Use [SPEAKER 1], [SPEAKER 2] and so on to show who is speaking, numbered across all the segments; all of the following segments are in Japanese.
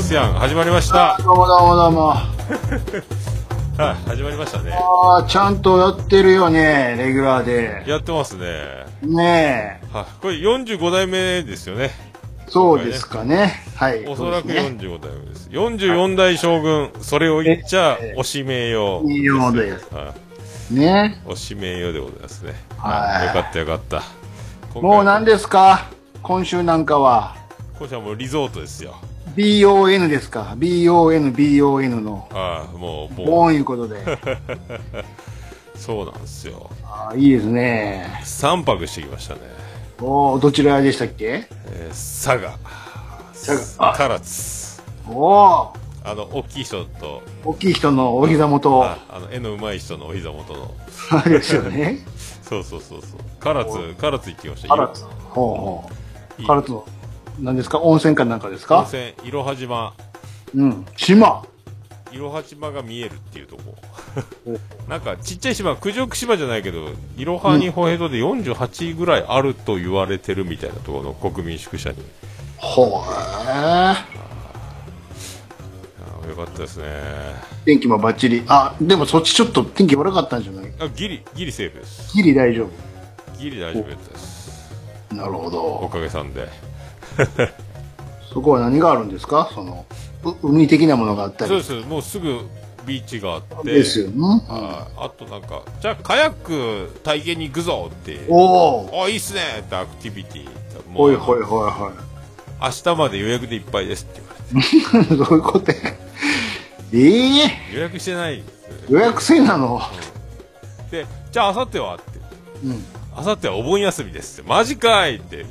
[SPEAKER 1] スヤン始まりました
[SPEAKER 2] どうもどうもどうも。
[SPEAKER 1] はい始まりましたね
[SPEAKER 2] ああ、ちゃんとやってるよね、レギュラーで。
[SPEAKER 1] やってますね
[SPEAKER 2] ね
[SPEAKER 1] はいこれ45代目ですよね
[SPEAKER 2] え、そうですかね。はい。
[SPEAKER 1] おそらく
[SPEAKER 2] そうですね
[SPEAKER 1] 45代目です44代将軍それを言っちゃ
[SPEAKER 2] え
[SPEAKER 1] おしめよ
[SPEAKER 2] いいようです。
[SPEAKER 1] はい
[SPEAKER 2] ね
[SPEAKER 1] おしめよでございますね
[SPEAKER 2] はい
[SPEAKER 1] よかったよかった今回
[SPEAKER 2] もう何ですか今週なんかは。
[SPEAKER 1] 今週はもうリゾートですよ
[SPEAKER 2] BON ですか ?BON、BON の。
[SPEAKER 1] ああもうも
[SPEAKER 2] ボーンいうことで。
[SPEAKER 1] うそうなんですよ
[SPEAKER 2] ああ、いいですね。
[SPEAKER 1] 3泊してきましたね
[SPEAKER 2] おお、どちらでしたっけ
[SPEAKER 1] えー佐賀
[SPEAKER 2] 佐賀あ
[SPEAKER 1] 唐津
[SPEAKER 2] おお、
[SPEAKER 1] あの大きい人と
[SPEAKER 2] 大きい人のお膝元。
[SPEAKER 1] ああの絵の上手い人のお膝元の
[SPEAKER 2] そうですよ ね。
[SPEAKER 1] そうそうそうそう唐津唐津行ってきました
[SPEAKER 2] 唐津。ほうほ。
[SPEAKER 1] いうい
[SPEAKER 2] 唐津の、何ですか温泉かなんかです
[SPEAKER 1] 温
[SPEAKER 2] か
[SPEAKER 1] 泉いろは島
[SPEAKER 2] うん。島。
[SPEAKER 1] いろは島が見えるっていうとこ なんかちっちゃい島九条九島じゃないけどいろはにホヘドで48ぐらいあると言われてるみたいなところの国民宿舎に
[SPEAKER 2] ほう。
[SPEAKER 1] あーよかったですね
[SPEAKER 2] 天気もバッチリ。あ、でもそっちちょっと天気悪かったんじゃない
[SPEAKER 1] あギリギリセーフです
[SPEAKER 2] ギリ大丈
[SPEAKER 1] ギリ大丈夫です
[SPEAKER 2] 夫。なるほ
[SPEAKER 1] お
[SPEAKER 2] ど。
[SPEAKER 1] かげさんで
[SPEAKER 2] そこは何があるんですかその、う海的なものがあったり。
[SPEAKER 1] そうですもうすぐビーチがあって
[SPEAKER 2] ですよね。
[SPEAKER 1] あーあとなんかじゃあカヤック体験に行くぞって
[SPEAKER 2] おお。
[SPEAKER 1] あいいっすねってアクティビティも
[SPEAKER 2] ほ
[SPEAKER 1] う
[SPEAKER 2] いほいほいほい。
[SPEAKER 1] 明日まで予約でいっぱいですって言われ
[SPEAKER 2] どういうことや。ええ
[SPEAKER 1] て予約してないんですよね
[SPEAKER 2] 予約制なの。
[SPEAKER 1] でじゃあ明後日はって
[SPEAKER 2] うん。
[SPEAKER 1] 明後日はお盆休みですってマジかいって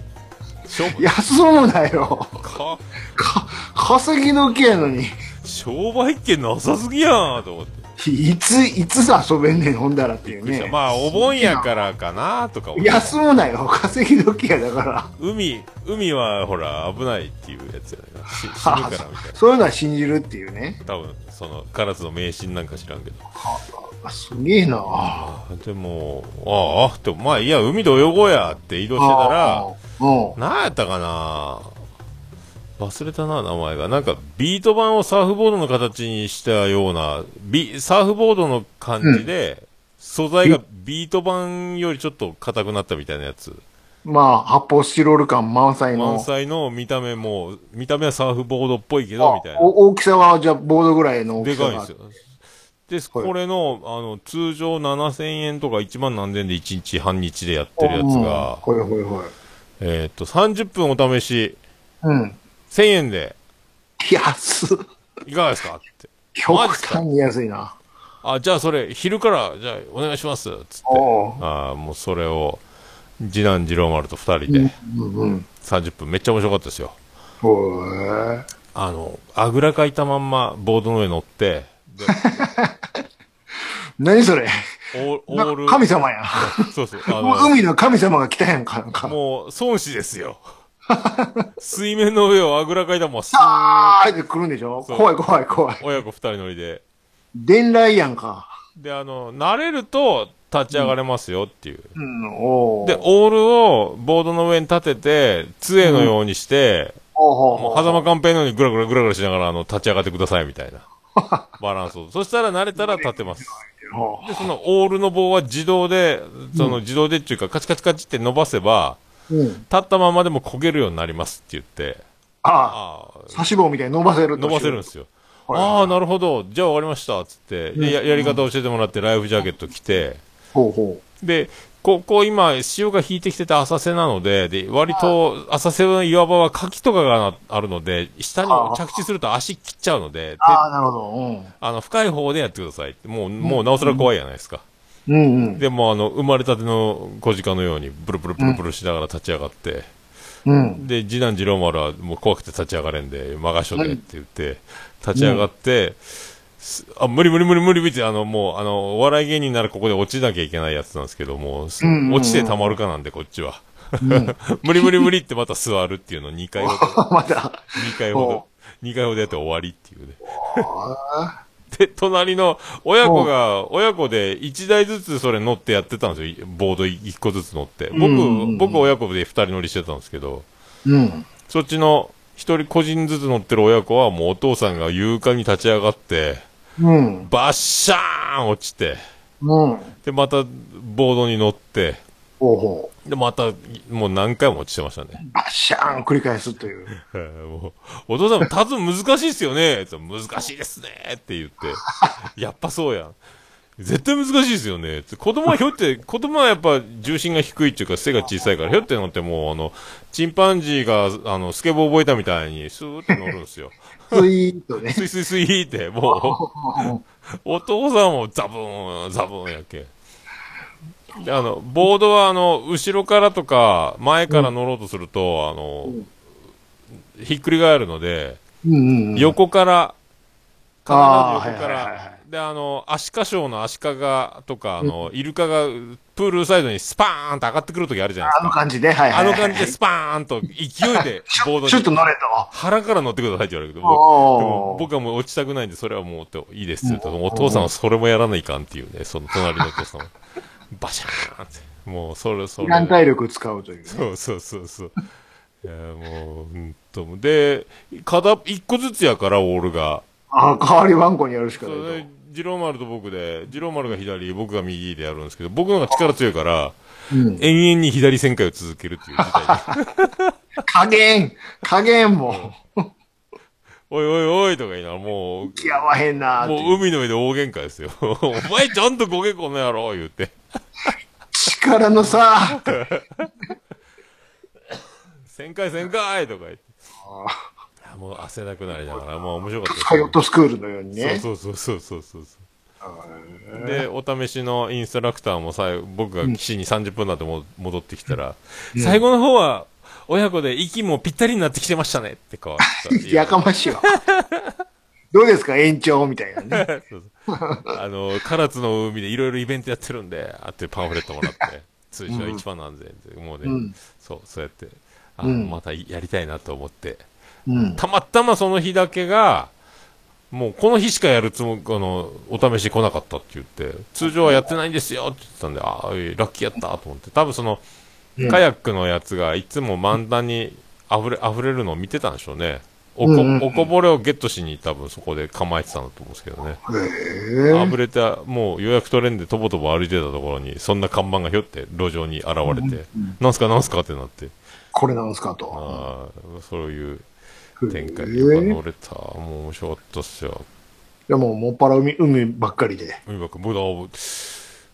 [SPEAKER 1] しょ
[SPEAKER 2] 安そうだよ。
[SPEAKER 1] か
[SPEAKER 2] か、稼ぎ時やのに。
[SPEAKER 1] 商売権なさすぎやなと思って、
[SPEAKER 2] いつ、いつ遊べんねん、ほんだらっていうね。
[SPEAKER 1] まあお盆やからかなとか思って
[SPEAKER 2] 休むなよ。稼ぎ時やだから。
[SPEAKER 1] 海海はほら危ないっていうやつやねし死ぬからみたいな
[SPEAKER 2] そういうのは信じるっていうね。
[SPEAKER 1] 多分その唐津の迷信なんか知らんけど
[SPEAKER 2] あすげえな
[SPEAKER 1] でもああでもまあいいや海で泳ごうやって移動してたら
[SPEAKER 2] うん。
[SPEAKER 1] 何やったかな忘れたな、名前が。なんか、ビート板をサーフボードの形にしたような、ビサーフボードの感じで、素材がビート板よりちょっと硬くなったみたいなやつ。
[SPEAKER 2] まあ、発泡スチロール感満載の。
[SPEAKER 1] 満載の見た目も、見た目はサーフボードっぽいけ
[SPEAKER 2] あ
[SPEAKER 1] ど、みたいな。
[SPEAKER 2] お大きさは、じゃあ、ボードぐらいの大き
[SPEAKER 1] で
[SPEAKER 2] さが
[SPEAKER 1] かいんですよ。で、これの、あの、通常7000円とか1万何千で1日半日でやってるやつ
[SPEAKER 2] うん
[SPEAKER 1] が、
[SPEAKER 2] ほいほいほい。
[SPEAKER 1] えーっと、30分お試し、
[SPEAKER 2] うん。
[SPEAKER 1] 1000円で、
[SPEAKER 2] 安っ。
[SPEAKER 1] いかがですかって。
[SPEAKER 2] 極端に安いな。
[SPEAKER 1] あ、じゃあそれ、昼から、じゃあお願いします、つって。
[SPEAKER 2] おう
[SPEAKER 1] あーもうそれを、次男次郎丸と二人
[SPEAKER 2] う
[SPEAKER 1] で
[SPEAKER 2] ん、うんうん。
[SPEAKER 1] 30分、めっちゃ面白かったですよ。
[SPEAKER 2] ほえ。
[SPEAKER 1] あの、あぐらかいたまんま、ボードの上乗って、 で
[SPEAKER 2] 何それ
[SPEAKER 1] オーオ
[SPEAKER 2] な
[SPEAKER 1] ール、
[SPEAKER 2] 神様や。
[SPEAKER 1] そうそう、あ
[SPEAKER 2] もう
[SPEAKER 1] の、
[SPEAKER 2] 海の神様が来たやんか、なんか。
[SPEAKER 1] もう、孫子ですよ。水面の上をあぐらかいたまま、スー
[SPEAKER 2] あーって来るんでしょ
[SPEAKER 1] そう
[SPEAKER 2] 怖い怖い怖い。
[SPEAKER 1] 親子二人乗りで。
[SPEAKER 2] 伝来やんか。
[SPEAKER 1] で、あの、慣れると、立ち上がれますよっていう。
[SPEAKER 2] うん、おう
[SPEAKER 1] で、オールをボードの上に立てて、杖のようにして、
[SPEAKER 2] お
[SPEAKER 1] も
[SPEAKER 2] うほ
[SPEAKER 1] う、
[SPEAKER 2] うほ
[SPEAKER 1] 狭間寛平のようにぐらぐらぐらぐらしながら、あの、立ち上がってくださいみたい な。バランスを。そしたら慣れたら立てます。
[SPEAKER 2] うほ
[SPEAKER 1] で、そのオールの棒は自動で、その自動でっていうか、カチカチカチって伸ばせば、
[SPEAKER 2] う。うん。
[SPEAKER 1] 立ったままでも焦げるようになりますって言って、
[SPEAKER 2] ああ、
[SPEAKER 1] ああ、
[SPEAKER 2] 差し棒みたいに伸ばせると
[SPEAKER 1] 伸ばせるんですよ。
[SPEAKER 2] はいはい
[SPEAKER 1] ああ、なるほど。じゃあ終わりました。つって、でや、やり方教えてもらって、ライフジャケット着て、
[SPEAKER 2] ほうほ
[SPEAKER 1] で、ここ今、潮が引いてきてて浅瀬なので、で、割と浅瀬の岩場は牡蠣とかがなあるので、下に
[SPEAKER 2] ああ
[SPEAKER 1] 着地すると足切っちゃうので、手
[SPEAKER 2] う。ああ、なるほど。うん。
[SPEAKER 1] あの、深い方でやってくださいって。もう、もうなおさら怖いじゃないですか。
[SPEAKER 2] うんうん。
[SPEAKER 1] でも、あの、生まれたての小鹿のように、ブルブルブルブルしながら立ち上がって、
[SPEAKER 2] うん。
[SPEAKER 1] で、次男次郎丸はもう怖くて立ち上がれんで、任しとけって言って、立ち上がって、すあ、無理無理無理無理無理って、あの、もう、あの、お笑い芸人ならここで落ちなきゃいけないやつなんですけども、す
[SPEAKER 2] うんうんうん
[SPEAKER 1] 落ちてたまるかなんで、こっちは。
[SPEAKER 2] うん、
[SPEAKER 1] 無理無理無理ってまた座るっていうのを2回ほど、
[SPEAKER 2] まだ。
[SPEAKER 1] 2回ほど、2回ほどやって終わりっていうね。
[SPEAKER 2] あ
[SPEAKER 1] で、隣の親子が、親子で1台ずつそれ乗ってやってたんですよ。ボード1個ずつ乗って。
[SPEAKER 2] うんうんう
[SPEAKER 1] 僕、
[SPEAKER 2] ん
[SPEAKER 1] 僕親子で2人乗りしてたんですけど、
[SPEAKER 2] ーうん。
[SPEAKER 1] そっちの一人個人ずつ乗ってる親子はもうお父さんが勇敢に立ち上がって、
[SPEAKER 2] うん。
[SPEAKER 1] バッシャーン落ちて、
[SPEAKER 2] うん。
[SPEAKER 1] で、またボードに乗って、
[SPEAKER 2] ほうほう。
[SPEAKER 1] で、また、もう何回も落ちてましたね。
[SPEAKER 2] バッシャーン繰り返す という。
[SPEAKER 1] えーもうお父さんも、立つ難しいっすよねって言ったら難しいですねって言って、やっぱそうやん。絶対難しいですよねって。子供はひょって、子供はやっぱ重心が低いっていうか背が小さいから、ひょって乗ってもう、あの、チンパンジーが、あの、スケボー覚えたみたいに、スーって乗るんですよ。
[SPEAKER 2] スイートね。
[SPEAKER 1] スイスイスイって、もう、お父さんもザブーン、ザブーンやっけ。で、あの、ボードは、あの、後ろからとか、前から乗ろうとすると、あの、ひっくり返るので、
[SPEAKER 2] うんうんうん。
[SPEAKER 1] 横から、必ず
[SPEAKER 2] あー
[SPEAKER 1] 横か
[SPEAKER 2] はいはいはいは
[SPEAKER 1] ら、で、あの、アシカショーのアシカが、とか、あの、イルカが、プールサイドにスパーンと上がってくるときあるじゃないです
[SPEAKER 2] あの
[SPEAKER 1] か。
[SPEAKER 2] 感じで、はいは
[SPEAKER 1] あ
[SPEAKER 2] い、は
[SPEAKER 1] の
[SPEAKER 2] い。
[SPEAKER 1] 感じでスパーンと勢いでボードに
[SPEAKER 2] ちょっと乗れと。
[SPEAKER 1] 腹から乗ってくださいって言われるけど、
[SPEAKER 2] おー
[SPEAKER 1] 僕でも僕はもう落ちたくないんで、それはもうっていいですって言うと、お父さんはそれもやらないかんっていうね、その隣のお父さんは。 バシャーンって。もう、それ、それ。
[SPEAKER 2] イラン体力使うというね。
[SPEAKER 1] そうそうそうそう。いや、もう、うんと。で、片、一個ずつやから、オールが。
[SPEAKER 2] ああ、代わりワンコにやるしか
[SPEAKER 1] そ
[SPEAKER 2] ないと。
[SPEAKER 1] れで、ジロー丸と僕で、ジロー丸が左、僕が右でやるんですけど、僕の方が力強いから、
[SPEAKER 2] うん。
[SPEAKER 1] 延々に左旋回を続けるっていう事態に。
[SPEAKER 2] 加減加減も、
[SPEAKER 1] おいおいおいとか言いながら、もう、
[SPEAKER 2] 気合わへんなーって
[SPEAKER 1] もう
[SPEAKER 2] いう。
[SPEAKER 1] 海の上で大喧嘩ですよ。 お前ちゃんとごけこの野郎言って。
[SPEAKER 2] 力 のさ、
[SPEAKER 1] 旋回旋回とか言って。いやもう汗だくなりながら、まあ面白かった
[SPEAKER 2] ハイオットスクールのように
[SPEAKER 1] です
[SPEAKER 2] ね。
[SPEAKER 1] そうそうそうそうそうそう。で、お試しのインストラクターも最後、僕が岸に30分だとも戻ってきたら、最後の方は、親子で息もぴったりになってきてましたねってこう。
[SPEAKER 2] やかま しい わ。どうですか延長みたいなね。
[SPEAKER 1] そうそうあの、唐津の海でいろいろイベントやってるんで、あってパンフレットもらっ て、通常一番なんで、もうね、
[SPEAKER 2] うん
[SPEAKER 1] そう、そうやって、あ
[SPEAKER 2] うん
[SPEAKER 1] またやりたいなと思って、
[SPEAKER 2] うん。
[SPEAKER 1] たまたまその日だけが、もうこの日しかやるつもり、あの、お試し来なかったって言って、通常はやってないんですよって言ってたんで、ああ、えーラッキーやったと思って、多分その、
[SPEAKER 2] うん
[SPEAKER 1] カヤックのやつがいつも満タンに溢れ、溢れるのを見てたんでしょうね。おこ、
[SPEAKER 2] うんうんうん
[SPEAKER 1] おこぼれをゲットしに多分そこで構えてたんだと思うんですけどね。
[SPEAKER 2] へえ。
[SPEAKER 1] あぶれた、もう予約取れんでとぼとぼ歩いてたところに、そんな看板がひょって路上に現れて、なんすかなんすかってなって、
[SPEAKER 2] これなんすかと。
[SPEAKER 1] ああ、そういう展開
[SPEAKER 2] へ
[SPEAKER 1] とか
[SPEAKER 2] え
[SPEAKER 1] 乗れた、もう面白かったっすよ。
[SPEAKER 2] でも、もっぱら海、海ばっかりで。
[SPEAKER 1] 海ばっか、僕だ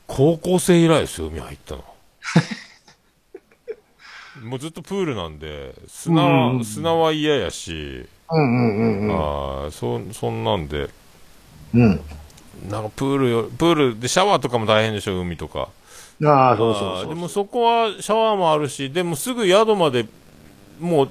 [SPEAKER 1] 高校生以来ですよ、海入 ったの。もうずっとプールなんで、砂
[SPEAKER 2] うんうんう
[SPEAKER 1] は、
[SPEAKER 2] ん
[SPEAKER 1] 砂は嫌やし、
[SPEAKER 2] うんうんうん
[SPEAKER 1] ああ、そ、そんなんで、
[SPEAKER 2] うん。
[SPEAKER 1] なんかプールよ、プールでシャワーとかも大変でしょ、海とか。
[SPEAKER 2] うん。ああ、そうそう
[SPEAKER 1] あー
[SPEAKER 2] そ
[SPEAKER 1] で
[SPEAKER 2] う。
[SPEAKER 1] もそこはシャワーもあるし、でもすぐ宿まで、もう、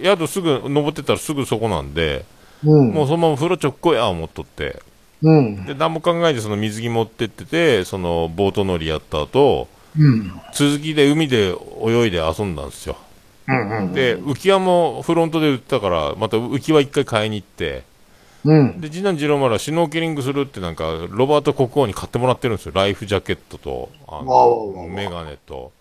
[SPEAKER 1] 宿すぐ登ってったらすぐそこなんで、
[SPEAKER 2] うん。
[SPEAKER 1] もうそのまま風呂直行や思っとって、
[SPEAKER 2] うん。
[SPEAKER 1] で、何も考えてその水着持ってってて、そのボート乗りやった後、
[SPEAKER 2] うん。
[SPEAKER 1] 続きで海で泳いで遊んだんですよ。
[SPEAKER 2] うんうん。
[SPEAKER 1] で、浮き輪もフロントで売ってたから、また浮き輪一回買いに行って、
[SPEAKER 2] うん。
[SPEAKER 1] で、次男次郎丸はシュノーケリングするってなんか、ロバート国王に買ってもらってるんですよ。ライフジャケットと、あ
[SPEAKER 2] わおわおわ
[SPEAKER 1] の
[SPEAKER 2] お
[SPEAKER 1] メガネと、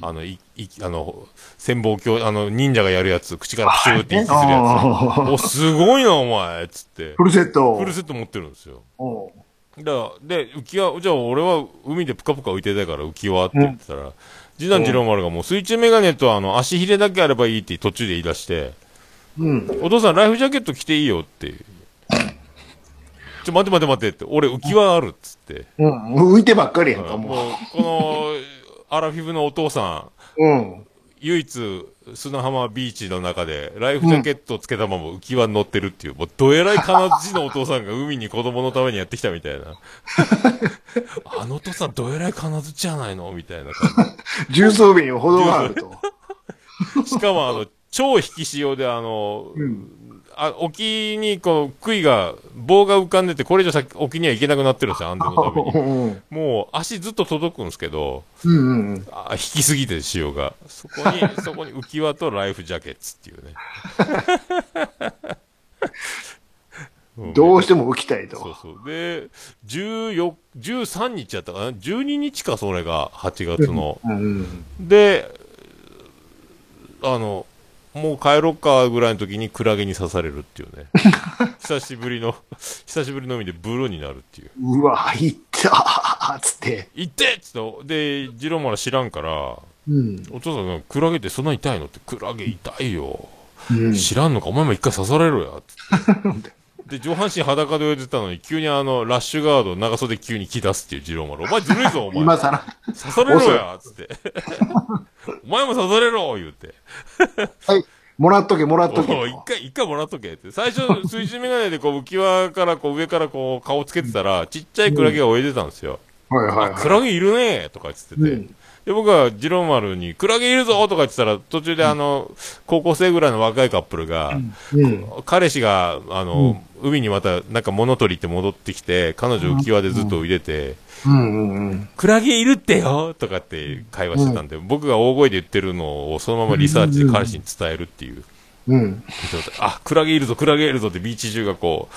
[SPEAKER 1] あの、い、い、あの、潜望鏡、あの、忍者がやるやつ、口からプシューって息するやつ。
[SPEAKER 2] ああ
[SPEAKER 1] お、すごいな、お前っつって
[SPEAKER 2] フ、ルセット。
[SPEAKER 1] フルセット持ってるんですよ。
[SPEAKER 2] おう
[SPEAKER 1] だから、で、浮き輪、じゃあ俺は海でぷかぷか浮いてたから浮き輪って言ってたら、次男次郎丸がもう水中メガネとあの、足ひれだけあればいいって途中で言い出して、
[SPEAKER 2] うん。
[SPEAKER 1] お父さん、ライフジャケット着ていいよっていう。ちょ、待て待て待てって、俺浮き輪あるっつって。
[SPEAKER 2] うん。浮いてばっかりやんか、も
[SPEAKER 1] もう、この、アラフィフのお父さん、
[SPEAKER 2] う。うん。
[SPEAKER 1] 唯一、砂浜ビーチの中で、ライフジャケットをつけたまま浮き輪に乗ってるっていう、もう、どえらい金槌のお父さんが海に子供のためにやってきたみたいな。あのお父さん、どえらい金槌じゃないのみたいな感
[SPEAKER 2] 重装備にも程があると。
[SPEAKER 1] じ。しかも、あの、超引き潮で、あの、
[SPEAKER 2] うん。
[SPEAKER 1] あ沖にこう杭が棒が浮かんでてこれ以上先沖には行けなくなって るんですよ安全のために
[SPEAKER 2] うん
[SPEAKER 1] もう足ずっと届くんですけど
[SPEAKER 2] うんうん。
[SPEAKER 1] あ引きすぎて潮がそこに そこに浮き輪とライフジャケッツっていうね うん
[SPEAKER 2] どうしても浮きたい
[SPEAKER 1] そう
[SPEAKER 2] と。
[SPEAKER 1] そうで14 13日やったかな12日かそれが8月の
[SPEAKER 2] うんうん。
[SPEAKER 1] であのもう帰ろっかぐらいの時にクラゲに刺されるって いうね。久しぶりの、久しぶりの海でブルーになるっていう。
[SPEAKER 2] うわ、入ったーっつって。
[SPEAKER 1] 行ってっつって、で、ジローマラ知らんから、
[SPEAKER 2] うん。
[SPEAKER 1] お父さんがクラゲってそんな痛いのって、クラゲ痛いよ。
[SPEAKER 2] うん。
[SPEAKER 1] 知らんのか、お前も一回刺されろや。つ ってで、上半身裸で泳いでたのに、急にあの、ラッシュガードを長袖急に着出すっていうジローマル。お前ずるいぞ、お前。
[SPEAKER 2] 今さら。
[SPEAKER 1] 刺されろやつって。 お前も刺されろ言うて。
[SPEAKER 2] はい。もらっとけ、もらっ
[SPEAKER 1] お
[SPEAKER 2] とけ。
[SPEAKER 1] う一回、一回もらっとけって。最初、水中眼鏡でこう、浮き輪からこう、上からこう、顔つけてたら、ちっちゃいクラゲが泳いでたんですよ。
[SPEAKER 2] はいはい
[SPEAKER 1] あ、
[SPEAKER 2] はい。
[SPEAKER 1] クラゲいるねとか言ってて。
[SPEAKER 2] うん
[SPEAKER 1] で、僕は、ジローマルに、クラゲいるぞとか言ってたら、途中であの、高校生ぐらいの若いカップルが、
[SPEAKER 2] うん。
[SPEAKER 1] 彼氏が、あの、海にまた、なんか物取りって戻ってきて、彼女浮き輪でずっと浮いでて、
[SPEAKER 2] うんうんうん。
[SPEAKER 1] クラゲいるってよとかって会話してたんで、僕が大声で言ってるのをそのままリサーチで彼氏に伝えるっていう。
[SPEAKER 2] うん。
[SPEAKER 1] あ、クラゲいるぞ、クラゲいるぞってビーチ中がこ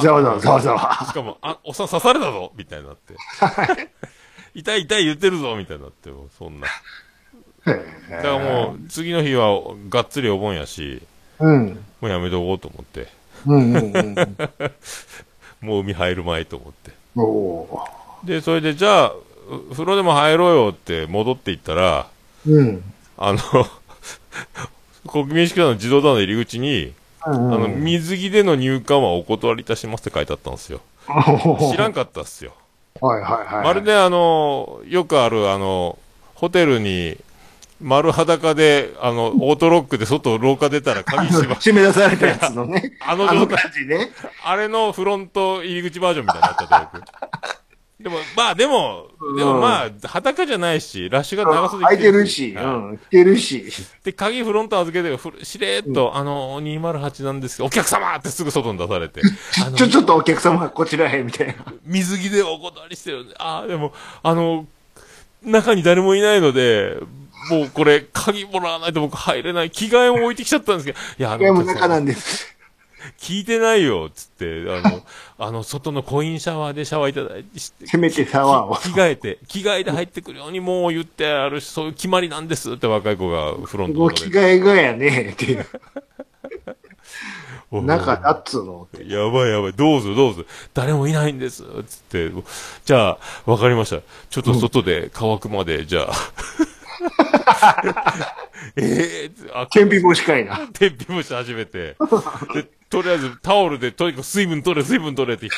[SPEAKER 2] ざわざわざわざわ
[SPEAKER 1] う、。しかも、あ、おっさん刺されたぞみたいになって。痛い痛い言ってるぞみたいになって、もうそんな。だからもう、次の日はがっつりお盆やし、
[SPEAKER 2] うん。
[SPEAKER 1] もうやめとこうと思って、
[SPEAKER 2] うんうんうん。
[SPEAKER 1] もう海入る前と思って。
[SPEAKER 2] おお
[SPEAKER 1] で、それで、じゃあ、う風呂でも入ろうよって戻っていったら、
[SPEAKER 2] ー。うん。
[SPEAKER 1] あの、 国民宿舎の児童団の入り口に、
[SPEAKER 2] うん
[SPEAKER 1] あ
[SPEAKER 2] う
[SPEAKER 1] の、
[SPEAKER 2] ん。
[SPEAKER 1] 水着での入館はお断りいたしますって書いてあったんですよ。知らん
[SPEAKER 2] か。
[SPEAKER 1] かったっすよ。
[SPEAKER 2] はいはいはい。
[SPEAKER 1] まるであの、よくあるあの、ホテルに、丸裸で、あの、オートロックで外廊下出たら鍵閉ま、
[SPEAKER 2] 締め出されたやつのね。
[SPEAKER 1] あの
[SPEAKER 2] あ
[SPEAKER 1] 状
[SPEAKER 2] の
[SPEAKER 1] 態
[SPEAKER 2] 感じね。
[SPEAKER 1] あれのフロント入り口バージョンみたいになったと僕。でも、まあでも、でもまあ、裸じゃないし、ラッシュが長袖着
[SPEAKER 2] 開いてるし、うん。着てるし。
[SPEAKER 1] で、鍵フロント預けて、ふるしれーっと、あの、208なんですけど、お客様ってすぐ外に出されて、あの
[SPEAKER 2] ちょ、、ちょっとお客様こちらへ、みたいな。
[SPEAKER 1] 水着でお断りしてるんで、ああ、でも、あの、中に誰もいないので、もうこれ、鍵もらわないと僕入れない。着替えも置いてきちゃったんですけど、いや、あ
[SPEAKER 2] これ
[SPEAKER 1] の、
[SPEAKER 2] も
[SPEAKER 1] お客様
[SPEAKER 2] 中なんです。
[SPEAKER 1] 聞いてないよ、つって、あの、 あの、外のコインシャワーでシャワーいただいて、して
[SPEAKER 2] せめてサワーを。
[SPEAKER 1] 着替えて、着替えて入ってくるようにもう言ってあるし、そういう決まりなんですって若い子がフロント
[SPEAKER 2] もう
[SPEAKER 1] の中
[SPEAKER 2] 着替
[SPEAKER 1] で。
[SPEAKER 2] えがやね、っていう。
[SPEAKER 1] おう
[SPEAKER 2] 中だっつうの。
[SPEAKER 1] やばいやばい、どうぞどうぞ、誰もいないんです、つって、じゃあ、わかりました。ちょっと外で乾くまで、じゃあ。ええー、あ、
[SPEAKER 2] 天日干しかいな。
[SPEAKER 1] 天日干し始めて、で、とりあえずタオルで、とにかく水分取れ、水分取れって、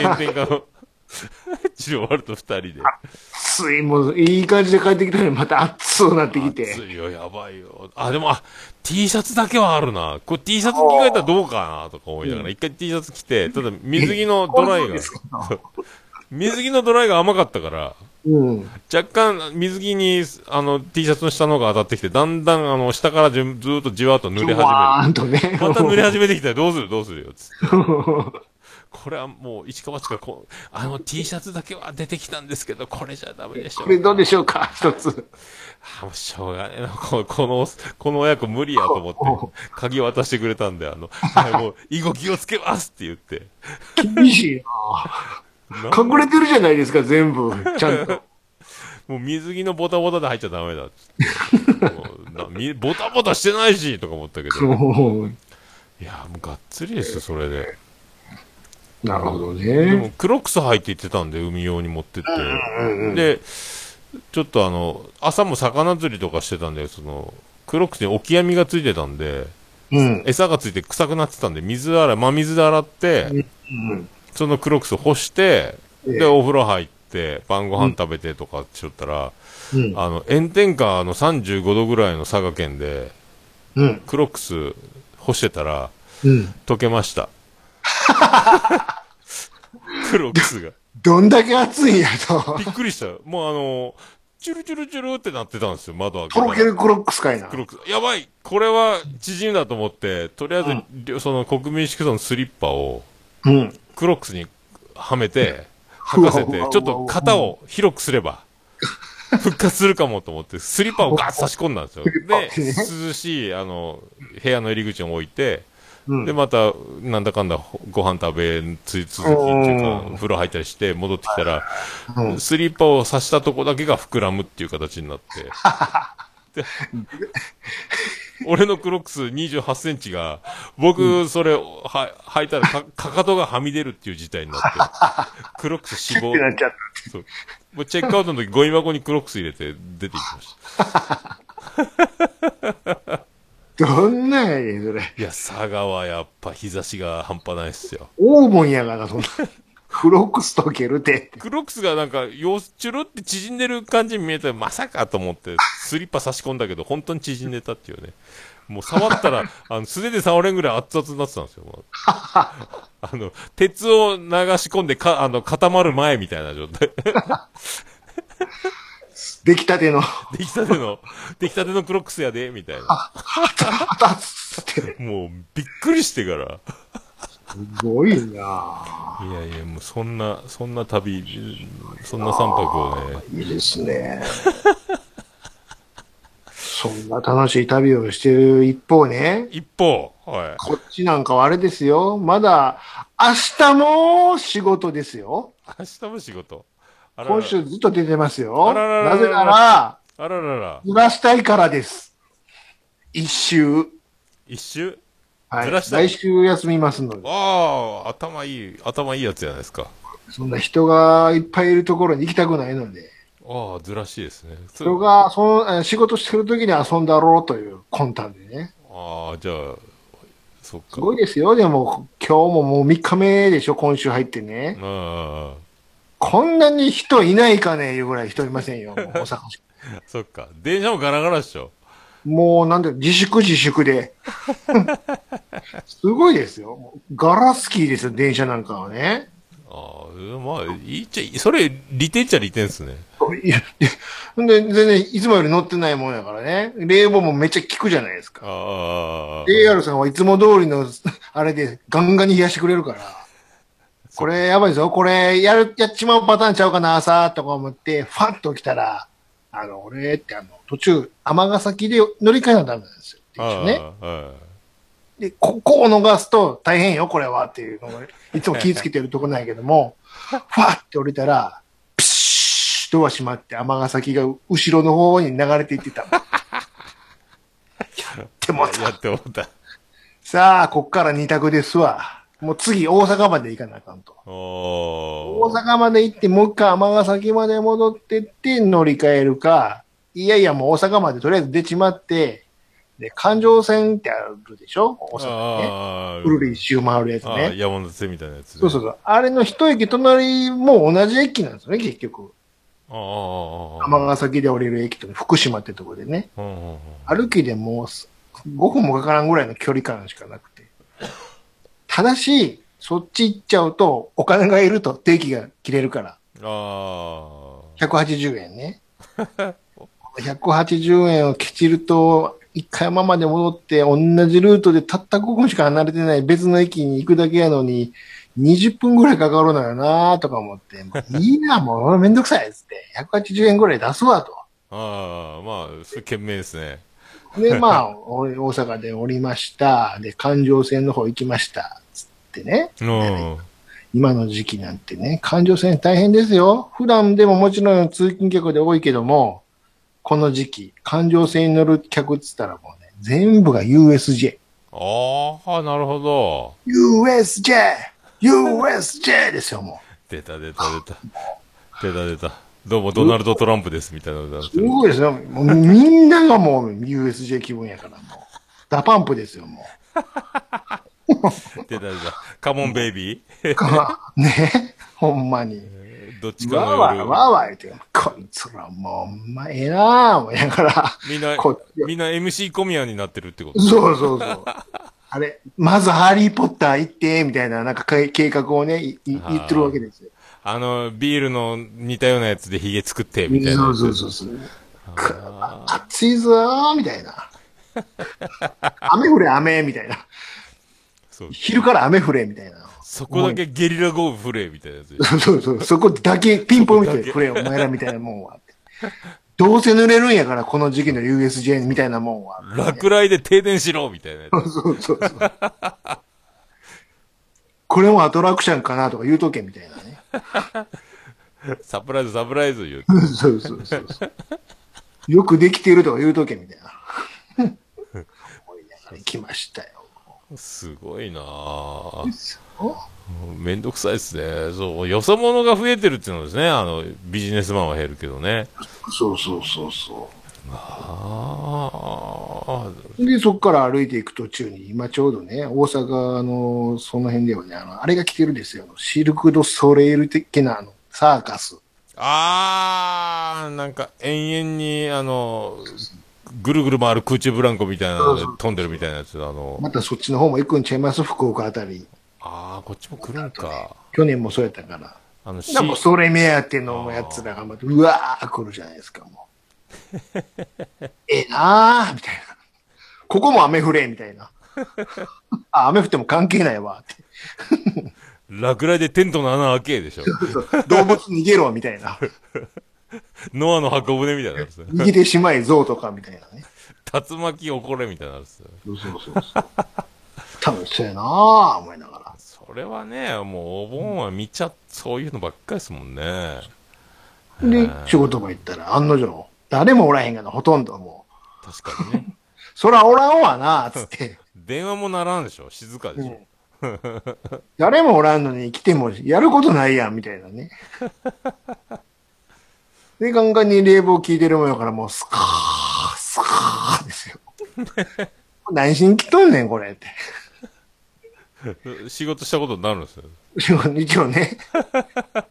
[SPEAKER 1] 炎天下の、 治療終わると二人で。
[SPEAKER 2] つい、もう、いい感じで帰ってきたのに、また熱くなってきて。
[SPEAKER 1] 暑いよ、やばいよ。あ、でも、あ、T シャツだけはあるな。これ T シャツ着替えたらどうかな、とか思いながら、一回 T シャツ着て、ただ水着のドライが、そう水着のドライが甘かったから、
[SPEAKER 2] うん。
[SPEAKER 1] 若干水着に、あの、T シャツの下の方が当たってきて、だんだん、あの、下からじゅずーっとじわっと濡れ始める。
[SPEAKER 2] わー
[SPEAKER 1] ま
[SPEAKER 2] んとね。
[SPEAKER 1] た濡れ始めてきたらどうするどうするよ、つって。これはもう、一か八かこう、あの T シャツだけは出てきたんですけど、これじゃダメでしょ。
[SPEAKER 2] これ どうでしょうか一つ。
[SPEAKER 1] あもうしょうがねえな、この、この、この親子無理やと思って、鍵渡してくれたんで、あの、はい、もう、以後気をつけますって言って。
[SPEAKER 2] 厳しい
[SPEAKER 1] な
[SPEAKER 2] な隠れてるじゃないですか、全部。ちゃ んと。
[SPEAKER 1] もう水着のボタボタで入っちゃダメだっつって。もうなみボタボタしてないしとか思ったけど。
[SPEAKER 2] も
[SPEAKER 1] いや、もうがっつりですよ、それで。
[SPEAKER 2] うなるほど
[SPEAKER 1] で
[SPEAKER 2] ね。
[SPEAKER 1] も、クロックス履いて行ってたんで、海用に持ってって。で、ちょっとあの、朝も魚釣りとかしてたんで、その、クロックスにオキアミがついてたんで、
[SPEAKER 2] うん。
[SPEAKER 1] 餌がついて臭くなってたんで、水洗い、真水で洗って、
[SPEAKER 2] うん。
[SPEAKER 1] そのクロックス干して、
[SPEAKER 2] ええ
[SPEAKER 1] で、お風呂入って、晩ご飯食べてとかしよったら、
[SPEAKER 2] うん。
[SPEAKER 1] あの、炎天下の35度ぐらいの佐賀県で、
[SPEAKER 2] うん。
[SPEAKER 1] クロックス干してたら、
[SPEAKER 2] うん。
[SPEAKER 1] 溶けま した。クロックスが。
[SPEAKER 2] どんだけ暑いんやと
[SPEAKER 1] び。っくりした。もうあの、チュルチュルチュルってなってたんですよ、窓開け
[SPEAKER 2] と
[SPEAKER 1] た
[SPEAKER 2] ろ
[SPEAKER 1] ら
[SPEAKER 2] け。るクロックスかいな
[SPEAKER 1] ク。ロックス。やばいこれは縮んだと思って、とりあえずりょ、その国民宿舎のスリッパを、
[SPEAKER 2] うん。
[SPEAKER 1] クロックスにはめ て、履かせて、ち
[SPEAKER 2] う
[SPEAKER 1] ょ
[SPEAKER 2] わ
[SPEAKER 1] っと肩を広くすれ ば、復活するかもと思って、スリッパをガーッと差し込んだん ですよ。で、涼しい、あの、部屋の入り口に置いて、
[SPEAKER 2] うん
[SPEAKER 1] で、また、なんだかんだご飯食べ、つ続きっていうか
[SPEAKER 2] う、ん
[SPEAKER 1] 風呂入ったりして戻ってきたら
[SPEAKER 2] う、ん
[SPEAKER 1] スリッパを差したとこだけが膨らむっていう形になって、っ て。俺のクロックス28センチが、僕、それ、は、履いたらか、かかとがはみ出るっていう事態にな って、クロックス死亡
[SPEAKER 2] て。なっちゃった。
[SPEAKER 1] そう。もうチェックアウトの時、ゴミ箱にクロックス入れて出ていきました。
[SPEAKER 2] どんなんやねん、それ。
[SPEAKER 1] いや、佐賀はやっぱ日差しが半端ないっすよ。
[SPEAKER 2] オーブンやがな、そんな。クロックスとゲルテって。
[SPEAKER 1] クロックスがなんか、よ、ちゅるって縮んでる感じに見えて、まさかと思って、スリッパ差し込んだけど、本当に縮んでたっていうね。もう触った ら、あの、素手で触れんぐらい熱々になってたんですよ。もうあの、鉄を流し込んで、か、あ の、固まる前みたいな状態。
[SPEAKER 2] 出来たての、
[SPEAKER 1] 出来たての、 出来たてのクロックスやで、みたいな。
[SPEAKER 2] あたっつって。
[SPEAKER 1] もう、びっくりしてから。
[SPEAKER 2] すごいない
[SPEAKER 1] やいや、もうそんな、そんな旅、そんな三泊をね、
[SPEAKER 2] ぁいいですね。そんな楽しい旅をしてる一方ね、
[SPEAKER 1] 一方、は
[SPEAKER 2] こっちなんかはあれですよ。まだ、明日も仕事ですよ。
[SPEAKER 1] い。明日も仕事。あらら
[SPEAKER 2] 今週ずっと出てますよ。
[SPEAKER 1] あらららら
[SPEAKER 2] なぜなら、
[SPEAKER 1] あららら、
[SPEAKER 2] ずらしたいからです。一周。
[SPEAKER 1] 一周
[SPEAKER 2] は
[SPEAKER 1] ず
[SPEAKER 2] い。
[SPEAKER 1] らしたい
[SPEAKER 2] 来週休みますので。
[SPEAKER 1] ああ、頭いい、頭いいやつじゃないですか。
[SPEAKER 2] そんな人がいっぱいいるところに行きたくないので。
[SPEAKER 1] ああ、ずらしいですね。そ
[SPEAKER 2] 人が、その、えー仕事してる時に遊んだろうという魂胆でね。
[SPEAKER 1] ああ、じゃあ、そっ
[SPEAKER 2] す
[SPEAKER 1] か。
[SPEAKER 2] ごいですよ。でも、今日ももう3日目でしょ、今週入ってね。
[SPEAKER 1] あ
[SPEAKER 2] こんなに人いないかね、いうぐらい人いませんよ、もう大阪市。
[SPEAKER 1] あ、そっか。電車もガラガラでしょ。
[SPEAKER 2] もう、なんで、自粛自粛で。 すごいですよ。もうガラスキーですよ、電車なんかはね。
[SPEAKER 1] ああ、まあ、いいっちゃいい、それ、利点っちゃ利点ですね。
[SPEAKER 2] いやいやほんで、全然、いつもより乗ってないもんやからね。冷房もめっちゃ効くじゃないですか。
[SPEAKER 1] ああ、
[SPEAKER 2] AR さんはいつも通りの、 あれでガンガンに冷やしてくれるから。これやばいですよ。これやる、やっちまうパターンちゃうかな、朝とか思って、ファッと起きたら、あの、俺ってあの、途中、尼崎で乗り換えなダメなんですよ。
[SPEAKER 1] ああ、
[SPEAKER 2] ね。
[SPEAKER 1] あ
[SPEAKER 2] で、ここを逃すと大変よ、これはっていうのを、いつも気ぃつけてるとこなんやけ ども、ファーって降りたら、プシュードア閉まって尼崎が後ろの方に流れていって た。やってもう
[SPEAKER 1] あ
[SPEAKER 2] た
[SPEAKER 1] やって思った。あ
[SPEAKER 2] さあ、こっから二択ですわ。もう次、大阪まで行かなあかんと。大
[SPEAKER 1] あ、
[SPEAKER 2] 阪まで行って、もう一回尼崎まで戻ってって乗り換えるか、いやいや、もう大阪までとりあえず出ちまって、で、環状線ってあるでしょ大阪にね。
[SPEAKER 1] ああ、
[SPEAKER 2] うるり一周回るやつ
[SPEAKER 1] ああ、
[SPEAKER 2] ね。
[SPEAKER 1] 山手線みたいなやつね。
[SPEAKER 2] そうそうそう。あれの一駅隣も同じ駅なんですよね、結局。
[SPEAKER 1] ああ。ああ、ああ。
[SPEAKER 2] 尼崎で降りる駅と福島ってとこでね。
[SPEAKER 1] うんうんうん
[SPEAKER 2] 歩きでもうす5分もかからんぐらいの距離感しかなくて。ただし、そっち行っちゃうと、お金がいると定期が切れるから。
[SPEAKER 1] あ
[SPEAKER 2] 180円ね。180円をきちると、一回ままで戻って、同じルートでたった5分しか離れてない別の駅に行くだけやのに、20分ぐらいかかるのよなとか思って、もういいな、もうめんどくさいっつって、180円ぐらい出すわと。
[SPEAKER 1] あ。ああ、まあ、それ懸命ですね。
[SPEAKER 2] で、まあ、お大阪で降りました。で、環状線の方行きました。つってね。
[SPEAKER 1] うん。
[SPEAKER 2] 今の時期なんてね、環状線大変ですよ。普段でももちろん通勤客で多いけども、この時期、環状線に乗る客っつったらもうね、全部が USJ。
[SPEAKER 1] ああ、なるほど。
[SPEAKER 2] USJ! USJ ですよ、も
[SPEAKER 1] 出た出た出た。 出た出た。どうもドナルド・トランプですみたいなことになって
[SPEAKER 2] う。す
[SPEAKER 1] る。
[SPEAKER 2] ごいですよ。もうみんながもう USJ 気分やから、もう。ダパンプですよ、も
[SPEAKER 1] 出た出た。カモンベイビー
[SPEAKER 2] う。かねほんまに。
[SPEAKER 1] どっちか
[SPEAKER 2] わ
[SPEAKER 1] の
[SPEAKER 2] ーわー、
[SPEAKER 1] 夜。
[SPEAKER 2] わーわー言って、こいつらもう、ほんまええなぁ、思いながら。
[SPEAKER 1] みんな
[SPEAKER 2] こっ、ち
[SPEAKER 1] みんな MC 小宮になってるってこと。
[SPEAKER 2] そうそうそう。あれ、まずハリーポッター行って、みたいな、なんかかい計画をね、いい
[SPEAKER 1] あー
[SPEAKER 2] 言ってるわけですよ。
[SPEAKER 1] あの、ビールの似たようなやつでヒゲ作って、みたいな。
[SPEAKER 2] そうそうそうそう。く暑いぞー、みたいな。雨降れ、雨、みたいな。
[SPEAKER 1] そう
[SPEAKER 2] 昼から雨降れ、みたいな。
[SPEAKER 1] そこだけゲリラ豪雨振れ、みたいなやつ。
[SPEAKER 2] そうそうそう。そこだけ、ピンポンみたい
[SPEAKER 1] そ
[SPEAKER 2] な、これ、お前らみたいなもんは。どうせ濡れるんやから、この時期の USJ みたいなもんは。
[SPEAKER 1] 落雷で停電しろ、みたいなやつ。
[SPEAKER 2] そうそうそう。これもアトラクションかなとか言うとけみたいなね。
[SPEAKER 1] サプライズ、サプライズ言う。
[SPEAKER 2] そうそうそうそう。よくできてるとか言うとけみたいな。思いながら来ましたよ。
[SPEAKER 1] すごいなあ
[SPEAKER 2] お
[SPEAKER 1] めんどくさいですね。そう、よそ者が増えてるっていうのはですね、あの、ビジネスマンは減るけどね。
[SPEAKER 2] そうそうそうそ
[SPEAKER 1] ああ、
[SPEAKER 2] う。で、そこから歩いていく途中に、今ちょうどね、大阪のその辺ではね、あのあれが来てるんですよ。シルク・ド・ソレイル的なあのサーカス。
[SPEAKER 1] あー、なんか延々に、あの、ぐるぐる回る空中ブランコみたいなので
[SPEAKER 2] そうそう
[SPEAKER 1] 飛んでるみたいなやつ、あの、
[SPEAKER 2] またそっちの方も行くんちゃいます福岡あたり。
[SPEAKER 1] あー、こっちも来るんか。
[SPEAKER 2] 去年もそうやったから。
[SPEAKER 1] あの、
[SPEAKER 2] なんかそれ目当てのやつらがまた、うわー来るじゃないですか、もう。ええなーみたいな。ここも雨降れみたいな。あ、雨降っても関係ないわって。
[SPEAKER 1] 落雷でテントの穴開けでし ょ。
[SPEAKER 2] 動物逃げろみたいな。
[SPEAKER 1] ノアの箱舟みたいなやつね。
[SPEAKER 2] 逃げてしまい象とかみたいなね。
[SPEAKER 1] 竜巻起これみたいなやつね。
[SPEAKER 2] そうそうそうそう。楽しそうやなー思いながら。
[SPEAKER 1] それはね、もうお盆は見ちゃ、そういうのばっかりですもんね。
[SPEAKER 2] で、仕事場行ったら案の定、誰もおらへんがな、ほとんどもう。
[SPEAKER 1] 確かにね。
[SPEAKER 2] そらおらんわなーつって。
[SPEAKER 1] 電話もならんでしょ静かでしょ、
[SPEAKER 2] 誰もおらんのに来てもやることないやん、みたいなね。で、ガンガンに冷房効いてるもんやから、もうスカー、スカーですよ。何しに来とんねん、これって。
[SPEAKER 1] 仕事したことになるんですよ。
[SPEAKER 2] 一応ね、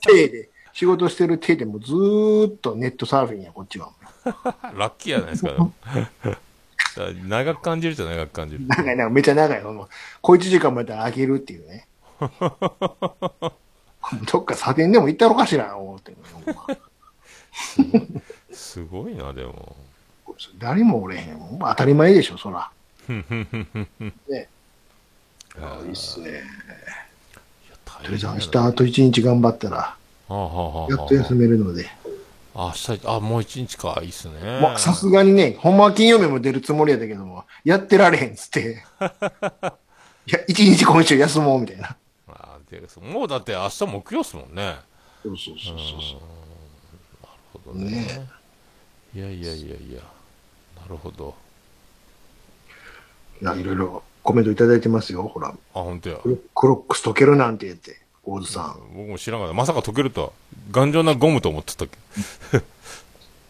[SPEAKER 2] 手で、仕事してる手でもうずーっとネットサーフィンや、こっちは。
[SPEAKER 1] ラッキーじゃないですか、でも だから長く感じるじゃ長く感じる。
[SPEAKER 2] 長いな、めっちゃ長い。もう小一時間もやったら開けるっていうね。どっか査定でも行ったろかしら、思って。
[SPEAKER 1] すごいな、でも。
[SPEAKER 2] 誰もおれへん。もう当たり前でしょ、そら。 ね
[SPEAKER 1] あ
[SPEAKER 2] いいっすね。
[SPEAKER 1] 大
[SPEAKER 2] とりあえず明日
[SPEAKER 1] だな
[SPEAKER 2] あと一日頑張ったら、
[SPEAKER 1] あはあはあ
[SPEAKER 2] やっと休めるので。
[SPEAKER 1] あ明日、あ、もう一日か。いいっすね。
[SPEAKER 2] まあさすがにね、ほんまは金曜日も出るつもりやったけども、やってられへんっつ って。いや、一日今週休もうみたいな。
[SPEAKER 1] あでもうだって明日木曜っすもんね。
[SPEAKER 2] そうそうそう
[SPEAKER 1] そううだねいやいやいやいや。なるほど。
[SPEAKER 2] いや、いろいろコメントいただいてますよ、ほら。
[SPEAKER 1] あ、本当や。
[SPEAKER 2] クロクロックス溶けるなんて言って、大津さん。
[SPEAKER 1] 僕も知らんかった。まさか溶けるとは、頑丈なゴムと思ってたっけ。